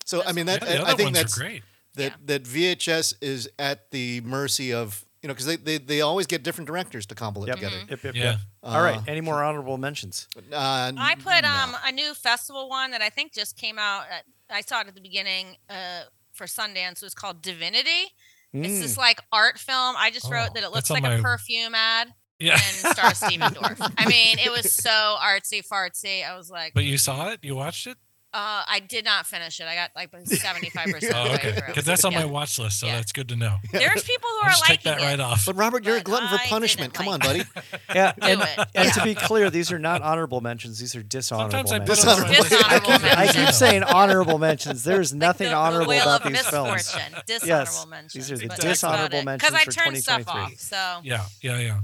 A: So I mean, that
B: Yeah, the
A: I
B: other
A: think
B: ones
A: that's
B: are great.
A: that
C: Yeah.
A: that VHS is at the mercy of you know because they, they they always get different directors to cobble it
D: Yep.
A: together.
D: Yep, yep,
B: Yeah.
D: yep. All right.
A: Uh,
D: Any more honorable mentions?
A: Uh,
C: I put
A: no.
C: um a new festival one that I think just came out. At, I saw it at the beginning uh, for Sundance. It was called Divinity. It's
D: Mm.
C: this like art film. I just wrote
B: Oh,
C: that it looks
B: that's
C: like
B: on
C: a
B: my-
C: perfume ad
B: Yeah.
C: and
B: [laughs]
C: stars Steven Dorff. I mean, it was so artsy fartsy. I was like, uh,
B: But you saw it? You watched
C: [laughs]
B: it?
C: I did not finish it. I got
B: [laughs]
C: like seventy five percent.
B: Oh, okay. Because that's on my watch list, so
C: Yeah.
B: that's good to know. [laughs]
C: There's people who
B: I'll
C: are
B: just
C: liking
B: take that
C: it.
B: right off.
A: But Robert, you're a
C: But
A: glutton for
C: I
A: punishment.
C: didn't
A: Come on,
C: like
A: buddy.
D: Mm. Yeah,
C: [laughs] Do
D: and,
C: it.
D: and to be clear, these are not honorable mentions. These are dishonorable
B: Sometimes I put
D: mentions.
B: it on my
A: Dishonorable.
B: list.
A: I
C: keep- Dishonorable
D: [laughs] I keep
C: mentions.
D: saying honorable mentions.
C: [laughs]
D: There's
C: Like
D: nothing
C: the- the
D: honorable
C: wheel
D: about
C: of
D: these films.
C: misfortune, Dishonorable
D: Yes,
C: mentions.
D: these are the
C: but that's about
D: dishonorable
C: it. 'Cause
D: mentions
C: I
D: for
C: turned stuff
D: 2023.
C: off, so
B: Yeah, yeah, yeah.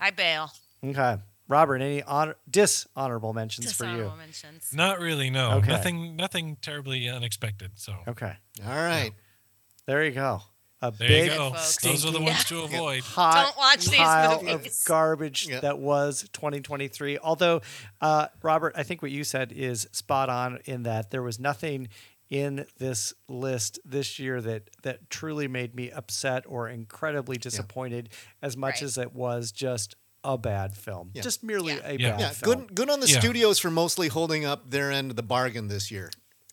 C: I bail.
D: Okay, Robert, any honor dishonorable mentions for you?
C: Dishonorable mentions.
B: Not really, no.
D: Okay.
B: Nothing nothing terribly unexpected. So
D: Okay,
A: All
D: [laughs]
A: right.
D: there you go. A
B: there
D: big
B: you go. Those are the
D: stinking
B: ones to avoid.
D: hot
C: Don't watch these
D: pile
C: movies. [laughs]
D: of garbage
A: Yeah.
D: that was 2023. Although, uh, Robert, I think what you said is spot on in that there was nothing in this list this year that that truly made me upset or incredibly disappointed as much
C: Right.
D: as it was just a bad film,
A: Yeah.
D: just merely
C: Yeah.
D: a
B: Yeah.
D: bad
A: Yeah,
D: film.
A: good good on the
B: Yeah.
A: studios for mostly holding up their end of the bargain this year.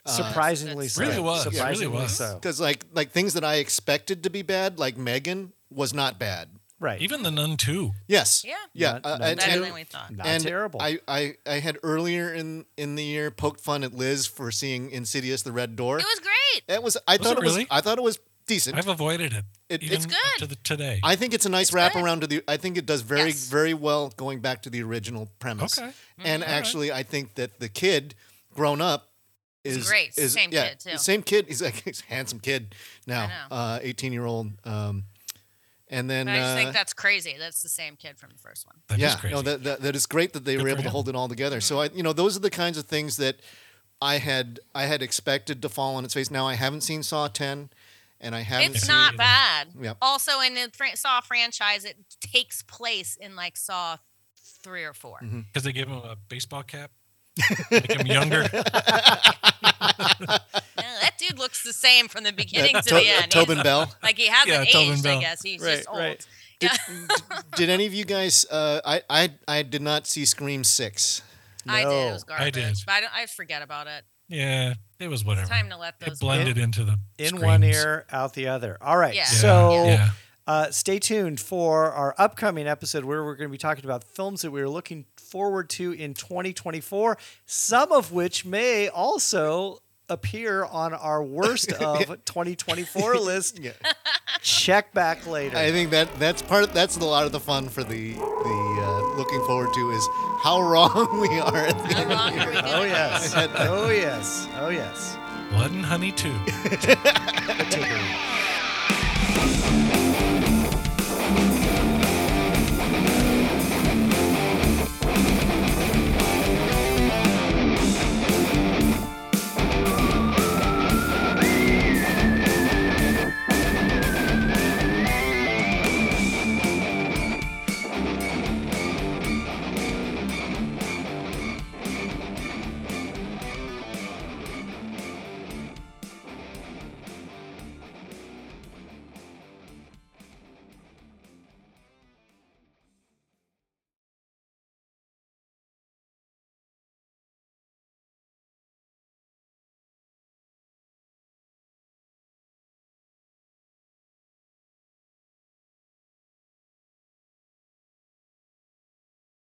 D: Surprisingly,
C: That's-
D: so.
B: Really was, really
D: Surprisingly
B: was.
D: so.
A: Because like like things that I expected to be bad, like Megan, was not bad.
D: Right.
B: Even the nun too.
A: Yes.
C: Yeah.
A: Yeah.
D: Not-
A: uh,
D: not
A: and,
C: Better
A: and-
C: than we thought.
D: not
A: and
D: terrible.
A: I, I I had earlier in in the year poked fun at Liz for seeing Insidious: The Red Door.
C: It was great.
A: that was I
B: Was
A: thought
B: it
A: it was
B: really?
A: I thought it was decent.
B: I've avoided it.
A: It-
B: even
A: it's
B: up
C: good.
B: to the, today.
A: I think it's a nice
C: good.
A: wraparound to the. I think it does very,
C: Yes. Mm-hmm.
A: very well going back to the original premise.
B: Okay.
A: And
B: all right.
A: actually, I think that the kid, grown up, is
C: great.
A: Is,
C: Same
A: yeah,
C: kid, too.
A: Same kid. He's like [laughs] he's a handsome kid now.
C: know.
A: Uh, Eighteen year old. Um, and then
C: But I just
A: uh,
C: think that's crazy. That's the same kid from the first one.
B: That is
A: yeah,
B: crazy.
A: no, that, that that is great that they
B: Good
A: were
B: for
A: able to
B: him.
A: hold it all together. So
C: Mm-hmm.
A: I, you know, those are the kinds of things that I had I had expected to fall on its face. Now I haven't seen Saw Ten, and I haven't
C: It's
A: seen. uh,
C: not bad.
A: Yep.
C: Also, in the Fra- Saw franchise, it takes place in like Saw three or 4
B: Because they give him a baseball cap. Make him younger.
C: No, that dude looks the same from the beginning to
A: To-
C: the end. He's-
A: Tobin Bell.
C: Like he hasn't
B: Yeah, Tobin
C: aged, I
B: Bell.
C: guess. He's
D: Right,
C: just old.
D: right.
A: Did, did any of you guys? Uh, I, I I did not see Scream Six.
C: I did. It
D: No,
C: was
B: I
C: garbage.
B: did.
C: But I, don't, I forget about it.
B: yeah. It was whatever.
C: Time to let
B: It
C: those. go.
B: blended into the
D: in one
B: screens.
D: ear, out the other. All right.
C: Yeah. Yeah,
D: So
B: yeah.
D: Uh, stay tuned for our upcoming episode where we're going to be talking about films that we are looking forward to in 2024, some of which may also appear on
A: [laughs]
D: our worst of 2024 list.
A: Yeah.
D: Check back later.
A: I think that that's part. That's a lot of the fun for the the uh, looking forward to is how wrong [laughs] we are. At
C: [laughs]
A: the
C: How
A: end.
C: long are we doing?
D: oh,
A: [laughs]
D: yes.
A: I had that.
D: Oh, yes. Oh, yes.
B: Blood and honey too.
D: The Tigger.